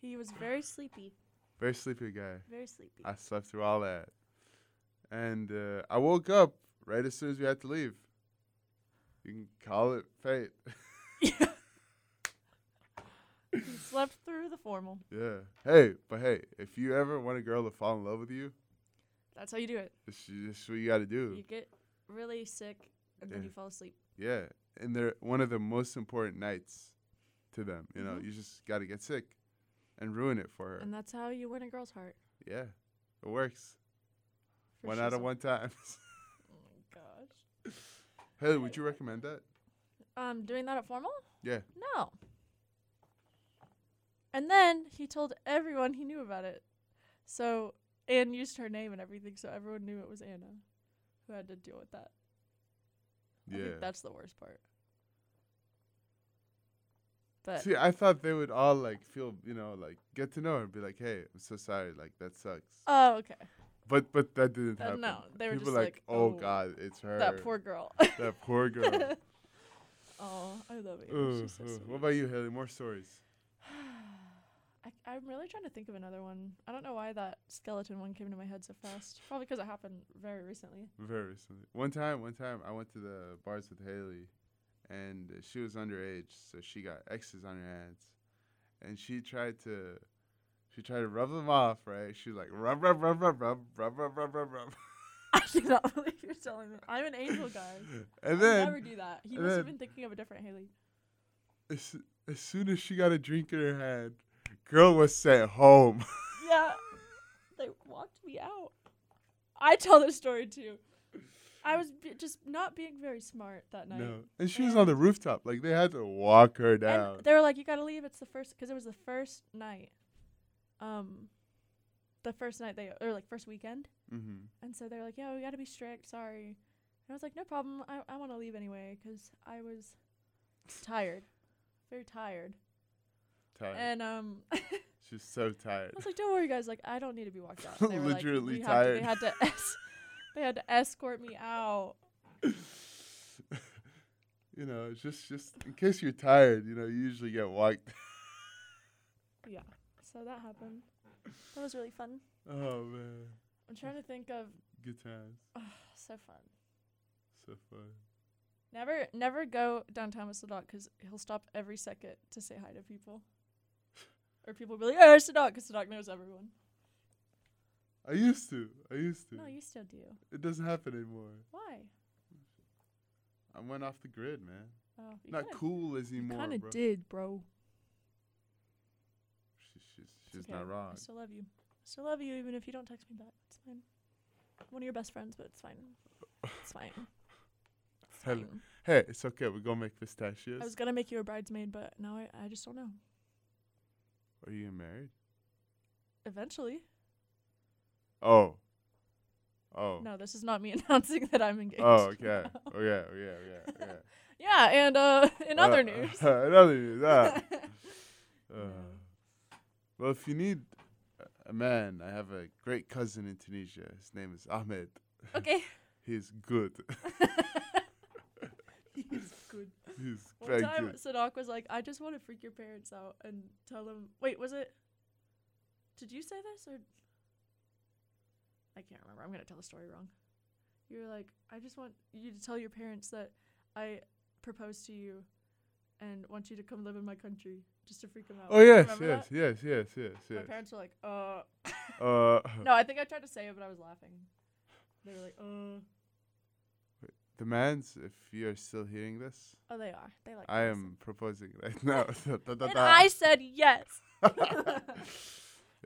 [SPEAKER 1] He was very sleepy.
[SPEAKER 2] Very sleepy guy.
[SPEAKER 1] Very sleepy.
[SPEAKER 2] I slept through all that, and uh, I woke up right as soon as we had to leave. You can call it fate.
[SPEAKER 1] he slept through the formal.
[SPEAKER 2] yeah. Hey, but hey, if you ever want a girl to fall in love with you,
[SPEAKER 1] That's how you do it.
[SPEAKER 2] it's just what you got to do.
[SPEAKER 1] You get really sick and then
[SPEAKER 2] Yeah.
[SPEAKER 1] you fall asleep.
[SPEAKER 2] Yeah, and they're one of the most important nights to them. You know,
[SPEAKER 1] Mhm.
[SPEAKER 2] you just got to get sick and ruin it for her.
[SPEAKER 1] And that's how you win a girl's heart.
[SPEAKER 2] yeah, it works.
[SPEAKER 1] for
[SPEAKER 2] one out of
[SPEAKER 1] shizzle.
[SPEAKER 2] one times. [laughs]
[SPEAKER 1] Oh my gosh.
[SPEAKER 2] hey, would you recommend that?
[SPEAKER 1] Um, doing that at formal?
[SPEAKER 2] Yeah.
[SPEAKER 1] No. And then he told everyone he knew about it. So Anne used her name and everything, so everyone knew it was Anna who had to deal with that. I
[SPEAKER 2] yeah.
[SPEAKER 1] think that's the worst part. But
[SPEAKER 2] See, I thought they would all like feel, you know, like get to know her and be like, "Hey, I'm so sorry, like that sucks."
[SPEAKER 1] oh, okay.
[SPEAKER 2] but but that didn't
[SPEAKER 1] Uh,
[SPEAKER 2] happen.
[SPEAKER 1] no, they were
[SPEAKER 2] People
[SPEAKER 1] just
[SPEAKER 2] like,
[SPEAKER 1] like,
[SPEAKER 2] "Oh
[SPEAKER 1] "Oh,
[SPEAKER 2] God, it's her."
[SPEAKER 1] That poor [laughs] girl.
[SPEAKER 2] that
[SPEAKER 1] [laughs]
[SPEAKER 2] poor girl. Ugh,
[SPEAKER 1] oh, I love it. She's so
[SPEAKER 2] ugh.
[SPEAKER 1] sweet.
[SPEAKER 2] What about you, Haley? More stories?
[SPEAKER 1] [sighs] I, I'm really trying to think of another one. I don't know why that skeleton one came to my head so fast. Probably 'cause it happened very recently. [laughs]
[SPEAKER 2] Very recently. One time, one time, I went to the bars with Haley, and uh, she was underage, so she got X's on her hands, and she tried to, she tried to rub them off, right? She was like, rub, rub, rub, rub, rub, rub, rub, rub, rub, rub.
[SPEAKER 1] I cannot believe you're telling me. I'm an angel, guys.
[SPEAKER 2] [laughs] And then
[SPEAKER 1] I would Oh, never do that. He
[SPEAKER 2] and
[SPEAKER 1] must have
[SPEAKER 2] then-
[SPEAKER 1] been thinking of a different Haley.
[SPEAKER 2] as, as soon as she got a drink in her hand, girl was sent home. [laughs]
[SPEAKER 1] Yeah. They walked me out. I tell this story too. I was be- just not being very smart that night.
[SPEAKER 2] no, and she was on the rooftop. Like they had to walk her
[SPEAKER 1] [laughs]
[SPEAKER 2] down.
[SPEAKER 1] And they were like, "You gotta leave. It's the first because it was the first night, um, the first night they or like first weekend."
[SPEAKER 2] mm-hmm.
[SPEAKER 1] And so they were like, "Yeah, we gotta be strict. Sorry." And I was like, "No problem. I I want to leave anyway because I was tired, very tired."
[SPEAKER 2] Tired.
[SPEAKER 1] And um, [laughs] I
[SPEAKER 2] She's so tired.
[SPEAKER 1] was like, "Don't worry, guys. Like, I don't need to be
[SPEAKER 2] [laughs]
[SPEAKER 1] walked out." They were like,
[SPEAKER 2] Literally
[SPEAKER 1] "We had to- they had to es- [laughs] they had to escort me out.
[SPEAKER 2] you know, it's just just in case you're tired, you know, you usually get walked. [laughs]
[SPEAKER 1] So that happened. That was really fun.
[SPEAKER 2] Oh man,
[SPEAKER 1] I'm trying to think of
[SPEAKER 2] good times.
[SPEAKER 1] oh, so fun.
[SPEAKER 2] so fun.
[SPEAKER 1] Never, never go downtown with Sadat because he'll stop every second to say hi to people. or people will be like, "Oh, Sadat," because Sadat knows everyone.
[SPEAKER 2] I used to. I used to.
[SPEAKER 1] No, you still do.
[SPEAKER 2] it doesn't happen anymore.
[SPEAKER 1] Why?
[SPEAKER 2] I went off the grid, man.
[SPEAKER 1] Oh, you
[SPEAKER 2] Not
[SPEAKER 1] kinda,
[SPEAKER 2] cool as
[SPEAKER 1] You
[SPEAKER 2] anymore,
[SPEAKER 1] kind
[SPEAKER 2] bro.
[SPEAKER 1] of did, bro.
[SPEAKER 2] She, she's
[SPEAKER 1] It's
[SPEAKER 2] she's
[SPEAKER 1] okay.
[SPEAKER 2] not wrong.
[SPEAKER 1] I still love you. I still love you, even if you don't text me back. It's fine. I'm one of your best friends, but it's fine.
[SPEAKER 2] [laughs]
[SPEAKER 1] It's fine. It's
[SPEAKER 2] Hello.
[SPEAKER 1] fine.
[SPEAKER 2] Hey, it's okay. We're gonna make pistachios.
[SPEAKER 1] I was gonna make you a bridesmaid, but now I, I just don't know.
[SPEAKER 2] Are you getting married?
[SPEAKER 1] Eventually.
[SPEAKER 2] Oh. Oh.
[SPEAKER 1] No, this is not me [laughs] announcing that I'm engaged. [laughs]
[SPEAKER 2] Oh, okay. Oh, yeah, oh, yeah, oh, yeah, yeah.
[SPEAKER 1] Yeah, and uh, [laughs] in
[SPEAKER 2] Uh, [laughs]
[SPEAKER 1] other news.
[SPEAKER 2] another news.
[SPEAKER 1] [laughs]
[SPEAKER 2] Ah. Uh,
[SPEAKER 1] No.
[SPEAKER 2] Well, if you need a- a man, I have a great cousin in Tunisia. His name is Ahmed.
[SPEAKER 1] okay.
[SPEAKER 2] He's good.
[SPEAKER 1] He's
[SPEAKER 2] [laughs]
[SPEAKER 1] good.
[SPEAKER 2] He's
[SPEAKER 1] One
[SPEAKER 2] very
[SPEAKER 1] time,
[SPEAKER 2] good.
[SPEAKER 1] Sadak was like, "I just want to freak your parents out and tell them." Wait, was it? Did you say this or? I can't remember. I'm gonna tell the story wrong. You were like, "I just want you to tell your parents that I proposed to you, and want you to come live in my country, just to freak them out."
[SPEAKER 2] Oh yes,
[SPEAKER 1] Remember
[SPEAKER 2] yes,
[SPEAKER 1] that?
[SPEAKER 2] yes, yes, yes,
[SPEAKER 1] My
[SPEAKER 2] yes.
[SPEAKER 1] parents were like, "Uh."
[SPEAKER 2] Uh,
[SPEAKER 1] [laughs]
[SPEAKER 2] [clears throat]
[SPEAKER 1] no, I think I tried to say it, but I was laughing. They were like, "Uh."
[SPEAKER 2] the man's. If you're still hearing this,
[SPEAKER 1] Oh, they are. They like.
[SPEAKER 2] I
[SPEAKER 1] to listen.
[SPEAKER 2] am proposing right [laughs]
[SPEAKER 1] [laughs]
[SPEAKER 2] now. Da, da, da,
[SPEAKER 1] And
[SPEAKER 2] da.
[SPEAKER 1] I said yes.
[SPEAKER 2] [laughs] Yes.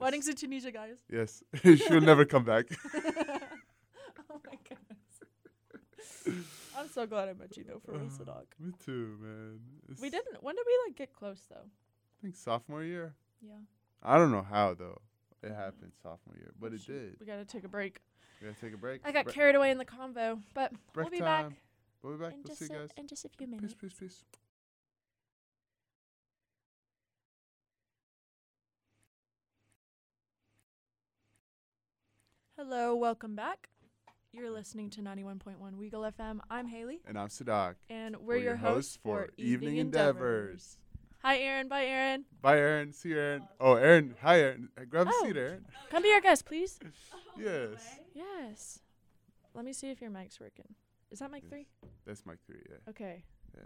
[SPEAKER 1] Weddings in Tunisia, guys. [laughs]
[SPEAKER 2] Yes, [laughs] she'll never come back.
[SPEAKER 1] oh my goodness. I'm so glad I met you though for real,
[SPEAKER 2] Uh,
[SPEAKER 1] Sadak.
[SPEAKER 2] [laughs] Me too, man. It's,
[SPEAKER 1] We didn't. When did we like get close though?
[SPEAKER 2] I think sophomore year.
[SPEAKER 1] Yeah.
[SPEAKER 2] I don't know how though.
[SPEAKER 1] Mm-hmm.
[SPEAKER 2] It happened sophomore year, but
[SPEAKER 1] we
[SPEAKER 2] it
[SPEAKER 1] should-
[SPEAKER 2] did.
[SPEAKER 1] We gotta take a break.
[SPEAKER 2] We're gonna take a break.
[SPEAKER 1] I got
[SPEAKER 2] Bre-
[SPEAKER 1] carried away in the convo, but
[SPEAKER 2] break
[SPEAKER 1] we'll be
[SPEAKER 2] time.
[SPEAKER 1] back
[SPEAKER 2] We'll be back.
[SPEAKER 1] in
[SPEAKER 2] We'll
[SPEAKER 1] just
[SPEAKER 2] see you
[SPEAKER 1] a,
[SPEAKER 2] guys.
[SPEAKER 1] in just a few
[SPEAKER 2] Peace,
[SPEAKER 1] minutes.
[SPEAKER 2] peace, peace.
[SPEAKER 1] Hello, welcome back. You're listening to 91.1 Weagle FM. I'm Haley,
[SPEAKER 2] And I'm Sadak.
[SPEAKER 1] and we're, your, hosts for
[SPEAKER 2] Evening
[SPEAKER 1] Evening
[SPEAKER 2] Endeavors.
[SPEAKER 1] Endeavors. Hi, Aaron. Bye, Aaron.
[SPEAKER 2] Bye, Aaron. See you, Aaron. Oh, Aaron. Hi, Aaron. Uh, Grab
[SPEAKER 1] Oh.
[SPEAKER 2] a seat,
[SPEAKER 1] [laughs]
[SPEAKER 2] Aaron. [laughs]
[SPEAKER 1] Come be our guest, please.
[SPEAKER 2] Yes.
[SPEAKER 1] Yes. Let me see if your mic's working. Is that mic
[SPEAKER 2] Yes.
[SPEAKER 1] three?
[SPEAKER 2] That's my three. Yeah.
[SPEAKER 1] Okay.
[SPEAKER 2] Yeah.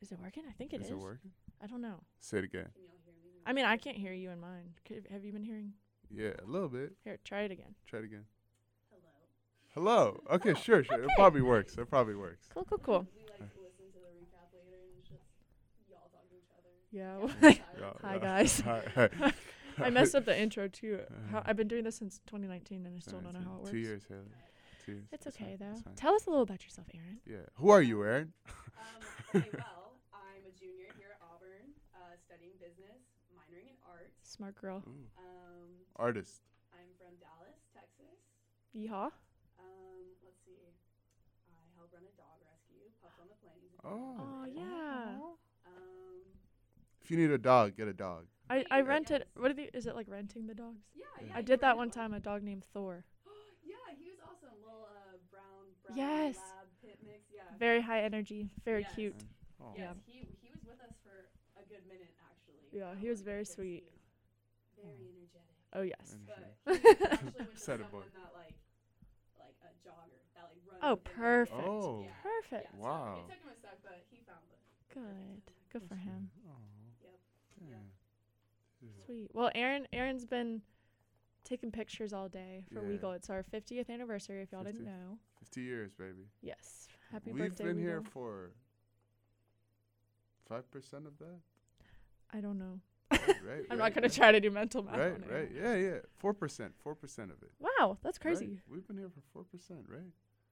[SPEAKER 1] Is it working? I think it is.
[SPEAKER 2] is it working?
[SPEAKER 1] I don't know.
[SPEAKER 2] Say it again.
[SPEAKER 3] Mm.
[SPEAKER 1] I mean, I can't hear you in mine. Could, have you been hearing?
[SPEAKER 2] Yeah, a little bit.
[SPEAKER 1] Here, try it again.
[SPEAKER 2] Try it again. Hello. Hello. Okay, sure, sure. It
[SPEAKER 1] okay.
[SPEAKER 2] probably works. It probably works.
[SPEAKER 1] Cool, cool, cool. Yeah.
[SPEAKER 2] Yeah,
[SPEAKER 1] Hi,
[SPEAKER 2] yeah. [laughs]
[SPEAKER 1] guys.
[SPEAKER 2] Hi, hi.
[SPEAKER 1] [laughs] I messed up the intro too. How,
[SPEAKER 2] Uh,
[SPEAKER 1] I've been doing this since 2019, and I still don't know
[SPEAKER 2] Nineteen.
[SPEAKER 1] how it works.
[SPEAKER 2] Two years, Haley. Two years.
[SPEAKER 1] It's
[SPEAKER 2] fine,
[SPEAKER 1] okay though.
[SPEAKER 2] it's fine.
[SPEAKER 1] Tell us a little about yourself, Aaron.
[SPEAKER 2] Yeah. Who are you, Aaron?
[SPEAKER 3] Um, okay, well, I'm a junior here at Auburn, uh, studying business, minoring in art.
[SPEAKER 1] Smart girl.
[SPEAKER 3] Um,
[SPEAKER 2] Artist.
[SPEAKER 3] I'm from Dallas, Texas.
[SPEAKER 1] Yeehaw.
[SPEAKER 3] Um, let's see. I help run a dog rescue, Pups on the Plains. if you
[SPEAKER 2] Oh.
[SPEAKER 3] know
[SPEAKER 1] Oh
[SPEAKER 3] about it.
[SPEAKER 1] yeah.
[SPEAKER 3] Um,
[SPEAKER 2] If you need a dog, get a dog.
[SPEAKER 1] I, I
[SPEAKER 3] Yes.
[SPEAKER 1] rented. What are the? Is it like renting the dogs?
[SPEAKER 3] yeah,
[SPEAKER 2] I
[SPEAKER 3] yeah.
[SPEAKER 1] I
[SPEAKER 3] you
[SPEAKER 1] did
[SPEAKER 3] were
[SPEAKER 1] that
[SPEAKER 3] in
[SPEAKER 1] one time. A dog named Thor.
[SPEAKER 3] [gasps] yeah, he was awesome. Little uh, brown, brown
[SPEAKER 1] Yes.
[SPEAKER 3] lab pit mix. Yeah.
[SPEAKER 1] Very high energy. Very
[SPEAKER 3] Yes.
[SPEAKER 1] cute.
[SPEAKER 2] Oh.
[SPEAKER 1] Yeah.
[SPEAKER 3] Yes, he, he was with us for a good minute, actually.
[SPEAKER 1] Yeah,
[SPEAKER 3] Uh,
[SPEAKER 1] he was
[SPEAKER 3] like,
[SPEAKER 1] very
[SPEAKER 3] since
[SPEAKER 1] sweet.
[SPEAKER 3] he was Very energetic.
[SPEAKER 1] Oh yes.
[SPEAKER 2] And-
[SPEAKER 3] but
[SPEAKER 2] [laughs]
[SPEAKER 1] Mhm.
[SPEAKER 3] actually with
[SPEAKER 2] Set
[SPEAKER 3] someone
[SPEAKER 2] it boy.
[SPEAKER 3] that like like a jogger that like runs.
[SPEAKER 1] Oh,
[SPEAKER 3] with everyone.
[SPEAKER 1] perfect.
[SPEAKER 2] Oh.
[SPEAKER 3] Yeah.
[SPEAKER 1] Perfect.
[SPEAKER 3] Yeah, so
[SPEAKER 2] Wow.
[SPEAKER 3] it took him a sec, but he found it.
[SPEAKER 1] Good. Good for him.
[SPEAKER 2] Oh.
[SPEAKER 3] Yep.
[SPEAKER 2] Yeah. Yeah.
[SPEAKER 1] Sweet. Well, Aaron, Aaron's been taking pictures all day for
[SPEAKER 2] Yeah.
[SPEAKER 1] Weagle. It's our 50th anniversary. If y'all didn't
[SPEAKER 2] 50th.
[SPEAKER 1] know,
[SPEAKER 2] Fifty years, baby.
[SPEAKER 1] yes. Happy
[SPEAKER 2] We've
[SPEAKER 1] birthday,
[SPEAKER 2] been here
[SPEAKER 1] Weagle.
[SPEAKER 2] for five percent of that.
[SPEAKER 1] I don't know.
[SPEAKER 2] Right. right
[SPEAKER 1] I'm
[SPEAKER 2] right,
[SPEAKER 1] not gonna
[SPEAKER 2] right.
[SPEAKER 1] try to do mental math.
[SPEAKER 2] Right,
[SPEAKER 1] on it.
[SPEAKER 2] right, yeah, yeah, four percent, four percent of it.
[SPEAKER 1] Wow, that's
[SPEAKER 2] right?
[SPEAKER 1] crazy.
[SPEAKER 2] We've been here for four percent, right?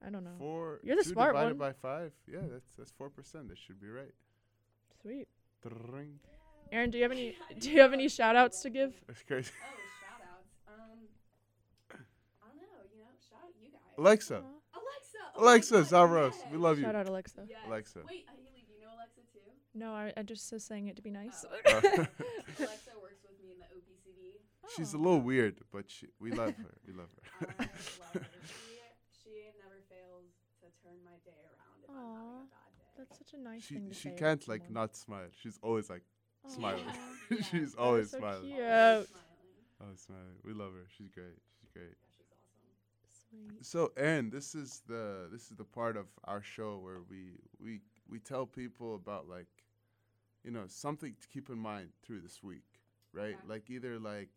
[SPEAKER 1] I don't know.
[SPEAKER 2] Four.
[SPEAKER 1] You're the
[SPEAKER 2] two
[SPEAKER 1] smart
[SPEAKER 2] divided
[SPEAKER 1] one.
[SPEAKER 2] by five. Yeah, that's that's four percent. That should be right.
[SPEAKER 1] Sweet.
[SPEAKER 2] Tring.
[SPEAKER 1] Aaron, do you have any?
[SPEAKER 3] Yeah, I
[SPEAKER 1] Do
[SPEAKER 3] didn't
[SPEAKER 1] you have
[SPEAKER 3] know
[SPEAKER 1] any
[SPEAKER 3] if you
[SPEAKER 1] shout
[SPEAKER 3] were
[SPEAKER 1] outs to
[SPEAKER 3] right.
[SPEAKER 1] give?
[SPEAKER 2] That's crazy. [laughs]
[SPEAKER 3] Oh, shout outs. Um, I don't know. You know, shout out you guys.
[SPEAKER 2] Alexa,
[SPEAKER 1] Aw.
[SPEAKER 3] Alexa. oh my
[SPEAKER 2] Alexa
[SPEAKER 3] God,
[SPEAKER 2] Zavros, we
[SPEAKER 3] yes.
[SPEAKER 2] love you.
[SPEAKER 1] Shout out Alexa.
[SPEAKER 3] Yes.
[SPEAKER 2] Alexa.
[SPEAKER 3] Wait, uh, Haley, do you know Alexa
[SPEAKER 2] [laughs]
[SPEAKER 3] too?
[SPEAKER 1] No, I, I just was saying it to be nice. [laughs]
[SPEAKER 2] Oh.
[SPEAKER 3] Alexa works with me in the OPCD.
[SPEAKER 2] [laughs] she's a
[SPEAKER 1] Oh.
[SPEAKER 2] little weird, but she, we love her. We love
[SPEAKER 3] Oh, I
[SPEAKER 2] [laughs] her.
[SPEAKER 3] love her. She, she never fails to turn my day around if I'm having
[SPEAKER 1] Aw,
[SPEAKER 3] a bad day.
[SPEAKER 1] That's such a nice
[SPEAKER 2] she
[SPEAKER 1] thing to
[SPEAKER 2] she
[SPEAKER 1] say to
[SPEAKER 2] can't like
[SPEAKER 1] someone.
[SPEAKER 2] not smile. She's always like [laughs] smiling.
[SPEAKER 3] [laughs]
[SPEAKER 1] Aw.
[SPEAKER 3] Yeah.
[SPEAKER 2] she's
[SPEAKER 3] That
[SPEAKER 2] always
[SPEAKER 1] so
[SPEAKER 2] smiling.
[SPEAKER 1] cute. Cute.
[SPEAKER 3] Always smiling.
[SPEAKER 2] Always smiling. We love her. She's great. She's great.
[SPEAKER 3] Yeah, she's awesome.
[SPEAKER 2] [laughs]
[SPEAKER 1] Wait.
[SPEAKER 2] So, Aaron, this is the this is the part of our show where we we we tell people about like, you know, something to keep in mind through this week, right?
[SPEAKER 3] Okay.
[SPEAKER 2] Like either like,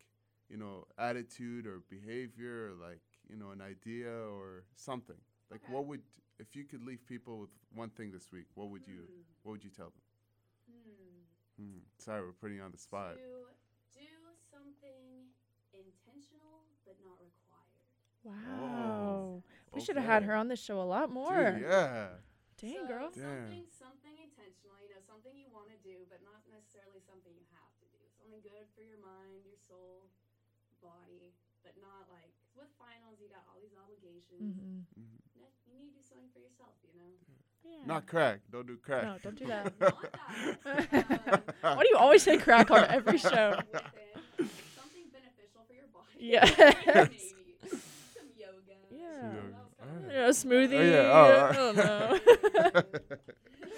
[SPEAKER 2] you know, attitude or behavior, or like you know, an idea or something. Like,
[SPEAKER 3] Okay.
[SPEAKER 2] what would if you could leave people with one thing this week? What would you
[SPEAKER 3] Hmm.
[SPEAKER 2] What would you tell them?
[SPEAKER 3] Hmm.
[SPEAKER 2] Hmm. Sorry, we're putting you on the spot.
[SPEAKER 3] To do something intentional but not required.
[SPEAKER 1] Oh.
[SPEAKER 2] Oh.
[SPEAKER 1] Wow. We should have had
[SPEAKER 2] okay.
[SPEAKER 1] her on this show a lot
[SPEAKER 2] Dude,
[SPEAKER 1] more.
[SPEAKER 2] yeah.
[SPEAKER 1] Dang,
[SPEAKER 3] so
[SPEAKER 1] girl.
[SPEAKER 2] Damn.
[SPEAKER 3] Something, something intentional, you know, something you want to do, but not necessarily something you have to do. Something good for your mind, your soul, body, but not like with finals, you got all these obligations.
[SPEAKER 1] Mm-hmm.
[SPEAKER 3] No, you need to do something for yourself, you know.
[SPEAKER 1] Yeah. [laughs]
[SPEAKER 2] Not crack. Don't do crack.
[SPEAKER 1] Hmm. No, don't do that.
[SPEAKER 2] [laughs]
[SPEAKER 3] Not
[SPEAKER 1] [laughs]
[SPEAKER 3] that. Um,
[SPEAKER 1] Why do you always say crack
[SPEAKER 2] [laughs]
[SPEAKER 1] on every show?
[SPEAKER 3] Within, something beneficial for your body.
[SPEAKER 1] Yes.
[SPEAKER 3] [laughs] Maybe some yoga.
[SPEAKER 1] Yeah.
[SPEAKER 2] Some
[SPEAKER 3] Some
[SPEAKER 2] yoga.
[SPEAKER 3] of those kind of-
[SPEAKER 1] You know, smoothie.
[SPEAKER 3] [laughs]
[SPEAKER 2] oh,
[SPEAKER 1] I don't know.
[SPEAKER 2] [laughs]
[SPEAKER 1] [laughs]
[SPEAKER 2] alright.
[SPEAKER 1] oh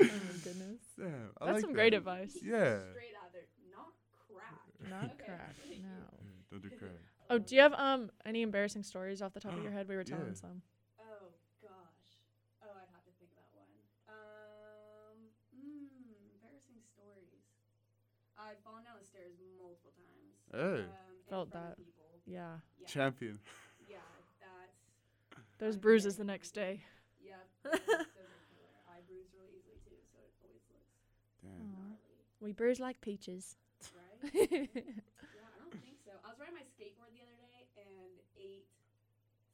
[SPEAKER 1] my
[SPEAKER 2] [laughs]
[SPEAKER 1] goodness.
[SPEAKER 2] Damn, I
[SPEAKER 1] That's
[SPEAKER 2] like
[SPEAKER 1] some
[SPEAKER 2] that.
[SPEAKER 1] great advice.
[SPEAKER 2] Yeah.
[SPEAKER 3] Straight out there, not crack.
[SPEAKER 1] Not
[SPEAKER 3] Okay.
[SPEAKER 1] crack. No.
[SPEAKER 2] Yeah, Mm, Don't do crack.
[SPEAKER 1] Oh, do you have um any embarrassing stories off the top of
[SPEAKER 2] [gasps]
[SPEAKER 1] your head? We were telling
[SPEAKER 2] Yeah.
[SPEAKER 1] some.
[SPEAKER 3] Oh gosh. Oh, I'd have to think about one. Um, mm, embarrassing stories. I've fallen down the stairs multiple times.
[SPEAKER 2] Hey.
[SPEAKER 3] Um, in
[SPEAKER 1] Felt
[SPEAKER 3] front
[SPEAKER 1] that.
[SPEAKER 3] of People.
[SPEAKER 1] Yeah.
[SPEAKER 3] Yeah.
[SPEAKER 2] Champion.
[SPEAKER 3] yeah, that's.
[SPEAKER 1] Those
[SPEAKER 3] that's
[SPEAKER 1] bruises the
[SPEAKER 3] very-
[SPEAKER 1] next day. [laughs]
[SPEAKER 3] Yep. those are killer. I bruise really easily too, so it always looks Oh.
[SPEAKER 2] Damn.
[SPEAKER 3] gnarly,
[SPEAKER 1] We bruise like [laughs] peaches. [laughs]
[SPEAKER 3] right?
[SPEAKER 1] oh
[SPEAKER 3] Yeah, I don't think so. I was riding my skateboard the other day and ate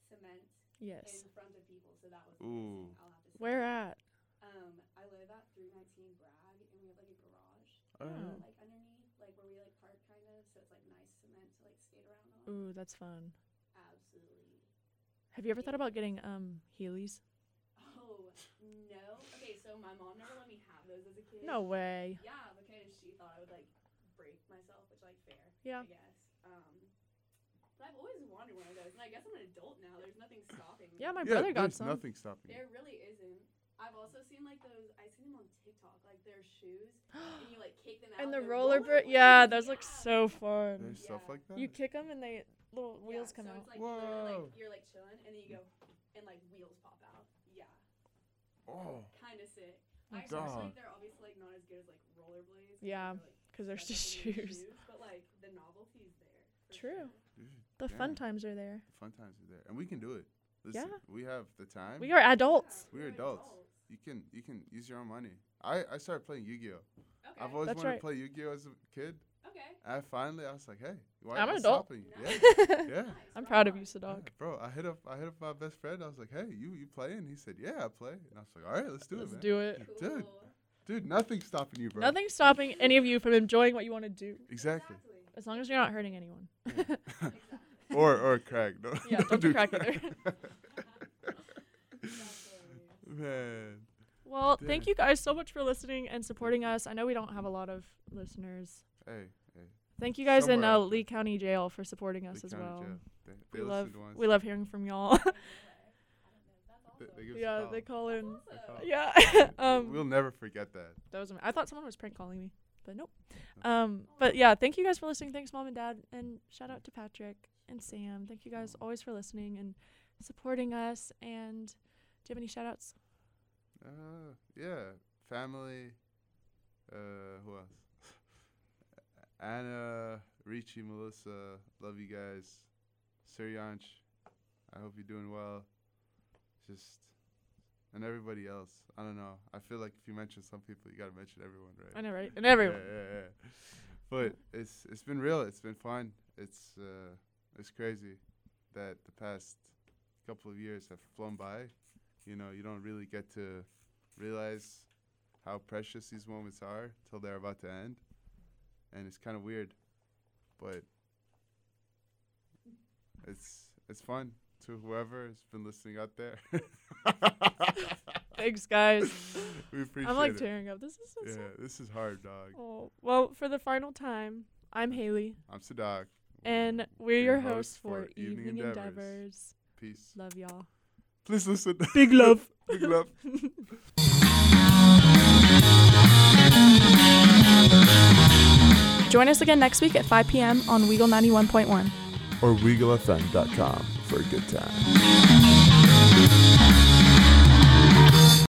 [SPEAKER 3] cement
[SPEAKER 1] Yes.
[SPEAKER 3] in front of people, so that was
[SPEAKER 2] Ooh.
[SPEAKER 3] embarrassing. I'll have to say
[SPEAKER 1] Where
[SPEAKER 3] that.
[SPEAKER 1] at?
[SPEAKER 3] Um, I live at 319 Bragg, and we have like a garage,
[SPEAKER 2] Alright.
[SPEAKER 3] like underneath, like where we like park kind of, so it's like nice cement to like skate around on.
[SPEAKER 1] Ooh, that's fun.
[SPEAKER 3] Absolutely.
[SPEAKER 1] Have you ever thought about getting um Heelys?
[SPEAKER 3] Oh no. Okay, so my mom never let me have those as a kid.
[SPEAKER 1] No way. [gasps]
[SPEAKER 3] Yeah, because she thought I would like break myself, which like fair.
[SPEAKER 1] Yeah.
[SPEAKER 3] I guess. Um, but I've always wanted one of those, and I guess I'm an adult now. There's nothing stopping me.
[SPEAKER 1] Yeah, my
[SPEAKER 2] Uh, yeah,
[SPEAKER 1] brother got
[SPEAKER 2] there's
[SPEAKER 1] some.
[SPEAKER 2] nothing stopping you.
[SPEAKER 3] There really isn't. I've also seen like those. I've seen them on TikTok, like their shoes, and you like kick them out.
[SPEAKER 1] and the
[SPEAKER 3] they're
[SPEAKER 1] roller bro- yeah,
[SPEAKER 3] rollerblades,
[SPEAKER 1] those look
[SPEAKER 3] yeah.
[SPEAKER 1] so fun.
[SPEAKER 2] There's stuff
[SPEAKER 3] Yeah.
[SPEAKER 2] like that.
[SPEAKER 1] You kick them and they little
[SPEAKER 3] Yeah,
[SPEAKER 1] wheels come
[SPEAKER 3] so
[SPEAKER 1] out.
[SPEAKER 3] It's like literally,
[SPEAKER 2] Whoa.
[SPEAKER 3] like you're like chilling, and then you go, and like wheels pop out. Yeah,
[SPEAKER 2] oh,
[SPEAKER 3] kind of sick.
[SPEAKER 1] Oh,
[SPEAKER 3] I personally
[SPEAKER 2] God.
[SPEAKER 3] think they're obviously like not as good as like rollerblades. 'cause
[SPEAKER 1] Yeah,
[SPEAKER 3] they're, like,
[SPEAKER 1] Because there's [laughs]
[SPEAKER 3] stuck
[SPEAKER 1] just
[SPEAKER 3] up in your
[SPEAKER 1] shoes.
[SPEAKER 3] But like the novelty's there. for
[SPEAKER 1] True.
[SPEAKER 3] sure.
[SPEAKER 2] dude,
[SPEAKER 1] The
[SPEAKER 2] Yeah.
[SPEAKER 1] fun times are there.
[SPEAKER 2] the fun times are there, and we can do it. Listen,
[SPEAKER 1] Yeah.
[SPEAKER 2] we have the time.
[SPEAKER 1] We are adults. [laughs]
[SPEAKER 3] Yeah,
[SPEAKER 2] We're adults. You can you can use your own money. I I started playing Yu-Gi-Oh.
[SPEAKER 3] Okay.
[SPEAKER 2] I've always
[SPEAKER 1] That's
[SPEAKER 2] wanted
[SPEAKER 1] right.
[SPEAKER 2] to play Yu-Gi-Oh as a kid.
[SPEAKER 3] okay.
[SPEAKER 2] I finally I was like, hey, why
[SPEAKER 1] I'm
[SPEAKER 2] am
[SPEAKER 1] an
[SPEAKER 2] I
[SPEAKER 1] adult.
[SPEAKER 2] stopping
[SPEAKER 1] [laughs]
[SPEAKER 2] you? Yeah,
[SPEAKER 3] Nice.
[SPEAKER 2] yeah.
[SPEAKER 3] Nice,
[SPEAKER 1] I'm
[SPEAKER 3] right
[SPEAKER 1] proud of
[SPEAKER 3] on.
[SPEAKER 1] you,
[SPEAKER 2] Yeah,
[SPEAKER 1] Sadok.
[SPEAKER 2] bro, I hit up I hit up my best friend. I was like, "Hey, you you playing?" He said, "Yeah, I play." And I was like, "All right, let's do
[SPEAKER 1] Let's
[SPEAKER 2] it, man."
[SPEAKER 1] do it.
[SPEAKER 2] Dude,
[SPEAKER 3] Cool.
[SPEAKER 2] dude, nothing's stopping you, bro.
[SPEAKER 1] Nothing's stopping any of you from enjoying what you want to do,
[SPEAKER 2] Exactly.
[SPEAKER 1] as long as you're not hurting [laughs] anyone.
[SPEAKER 3] Exactly.
[SPEAKER 2] or or crack. No, [laughs]
[SPEAKER 1] Yeah, don't do crack [laughs]
[SPEAKER 3] Exactly.
[SPEAKER 2] man.
[SPEAKER 1] Well,
[SPEAKER 2] Yeah.
[SPEAKER 1] thank you guys so much for listening and supporting us. I know we don't have a lot of listeners.
[SPEAKER 2] Hey, hey.
[SPEAKER 1] Thank you guys in
[SPEAKER 2] Somewhere
[SPEAKER 1] uh,
[SPEAKER 2] out there.
[SPEAKER 1] Lee County Jail for supporting us
[SPEAKER 2] Lee
[SPEAKER 1] as
[SPEAKER 2] County
[SPEAKER 1] well.
[SPEAKER 2] Jail. They, they
[SPEAKER 1] We love
[SPEAKER 2] listen to us.
[SPEAKER 1] we love hearing from y'all.
[SPEAKER 2] They, they give us a
[SPEAKER 1] [laughs] yeah,
[SPEAKER 2] call.
[SPEAKER 1] they call in.
[SPEAKER 3] That's
[SPEAKER 2] call.
[SPEAKER 1] [laughs]
[SPEAKER 3] awesome.
[SPEAKER 1] Yeah. um
[SPEAKER 2] we'll never forget that.
[SPEAKER 1] that was am- I thought someone was prank calling me, but nope. Um but yeah, thank you guys for listening. Thanks mom and dad and shout out to Patrick and Sam. Thank you guys always for listening and supporting us and do you have any shout outs?
[SPEAKER 2] Uh, yeah, family. Uh, who else? [laughs] Anna, Richie, Melissa, love you guys. Suryanch, I hope you're doing well. Just and everybody else. I don't know. I feel like if you mention some people, you gotta mention everyone,
[SPEAKER 1] I
[SPEAKER 2] right?
[SPEAKER 1] know right. And everyone.
[SPEAKER 2] Yeah, yeah, yeah. But it's it's been real. It's been fun. It's uh, it's crazy that the past couple of years have flown by. You know, you don't really get to realize how precious these moments are till they're about to end, and it's kind of weird, but it's it's fun to whoever has been listening out there.
[SPEAKER 1] [laughs] Thanks [laughs] guys.
[SPEAKER 2] we appreciate
[SPEAKER 1] I'm like
[SPEAKER 2] it.
[SPEAKER 1] tearing up. This is so
[SPEAKER 2] Yeah,
[SPEAKER 1] sad.
[SPEAKER 2] this is hard, dog.
[SPEAKER 1] Oh, well, for the final time, I'm Haley,
[SPEAKER 2] I'm Sadak.
[SPEAKER 1] and we're your hosts for Evening Endeavors.
[SPEAKER 2] Peace.
[SPEAKER 1] Love y'all.
[SPEAKER 2] Please listen.
[SPEAKER 1] Big love.
[SPEAKER 2] [laughs] Big love.
[SPEAKER 1] Join us again next week at 5 p.m. on Weagle 91.1.
[SPEAKER 4] or regalfm.com for a good time.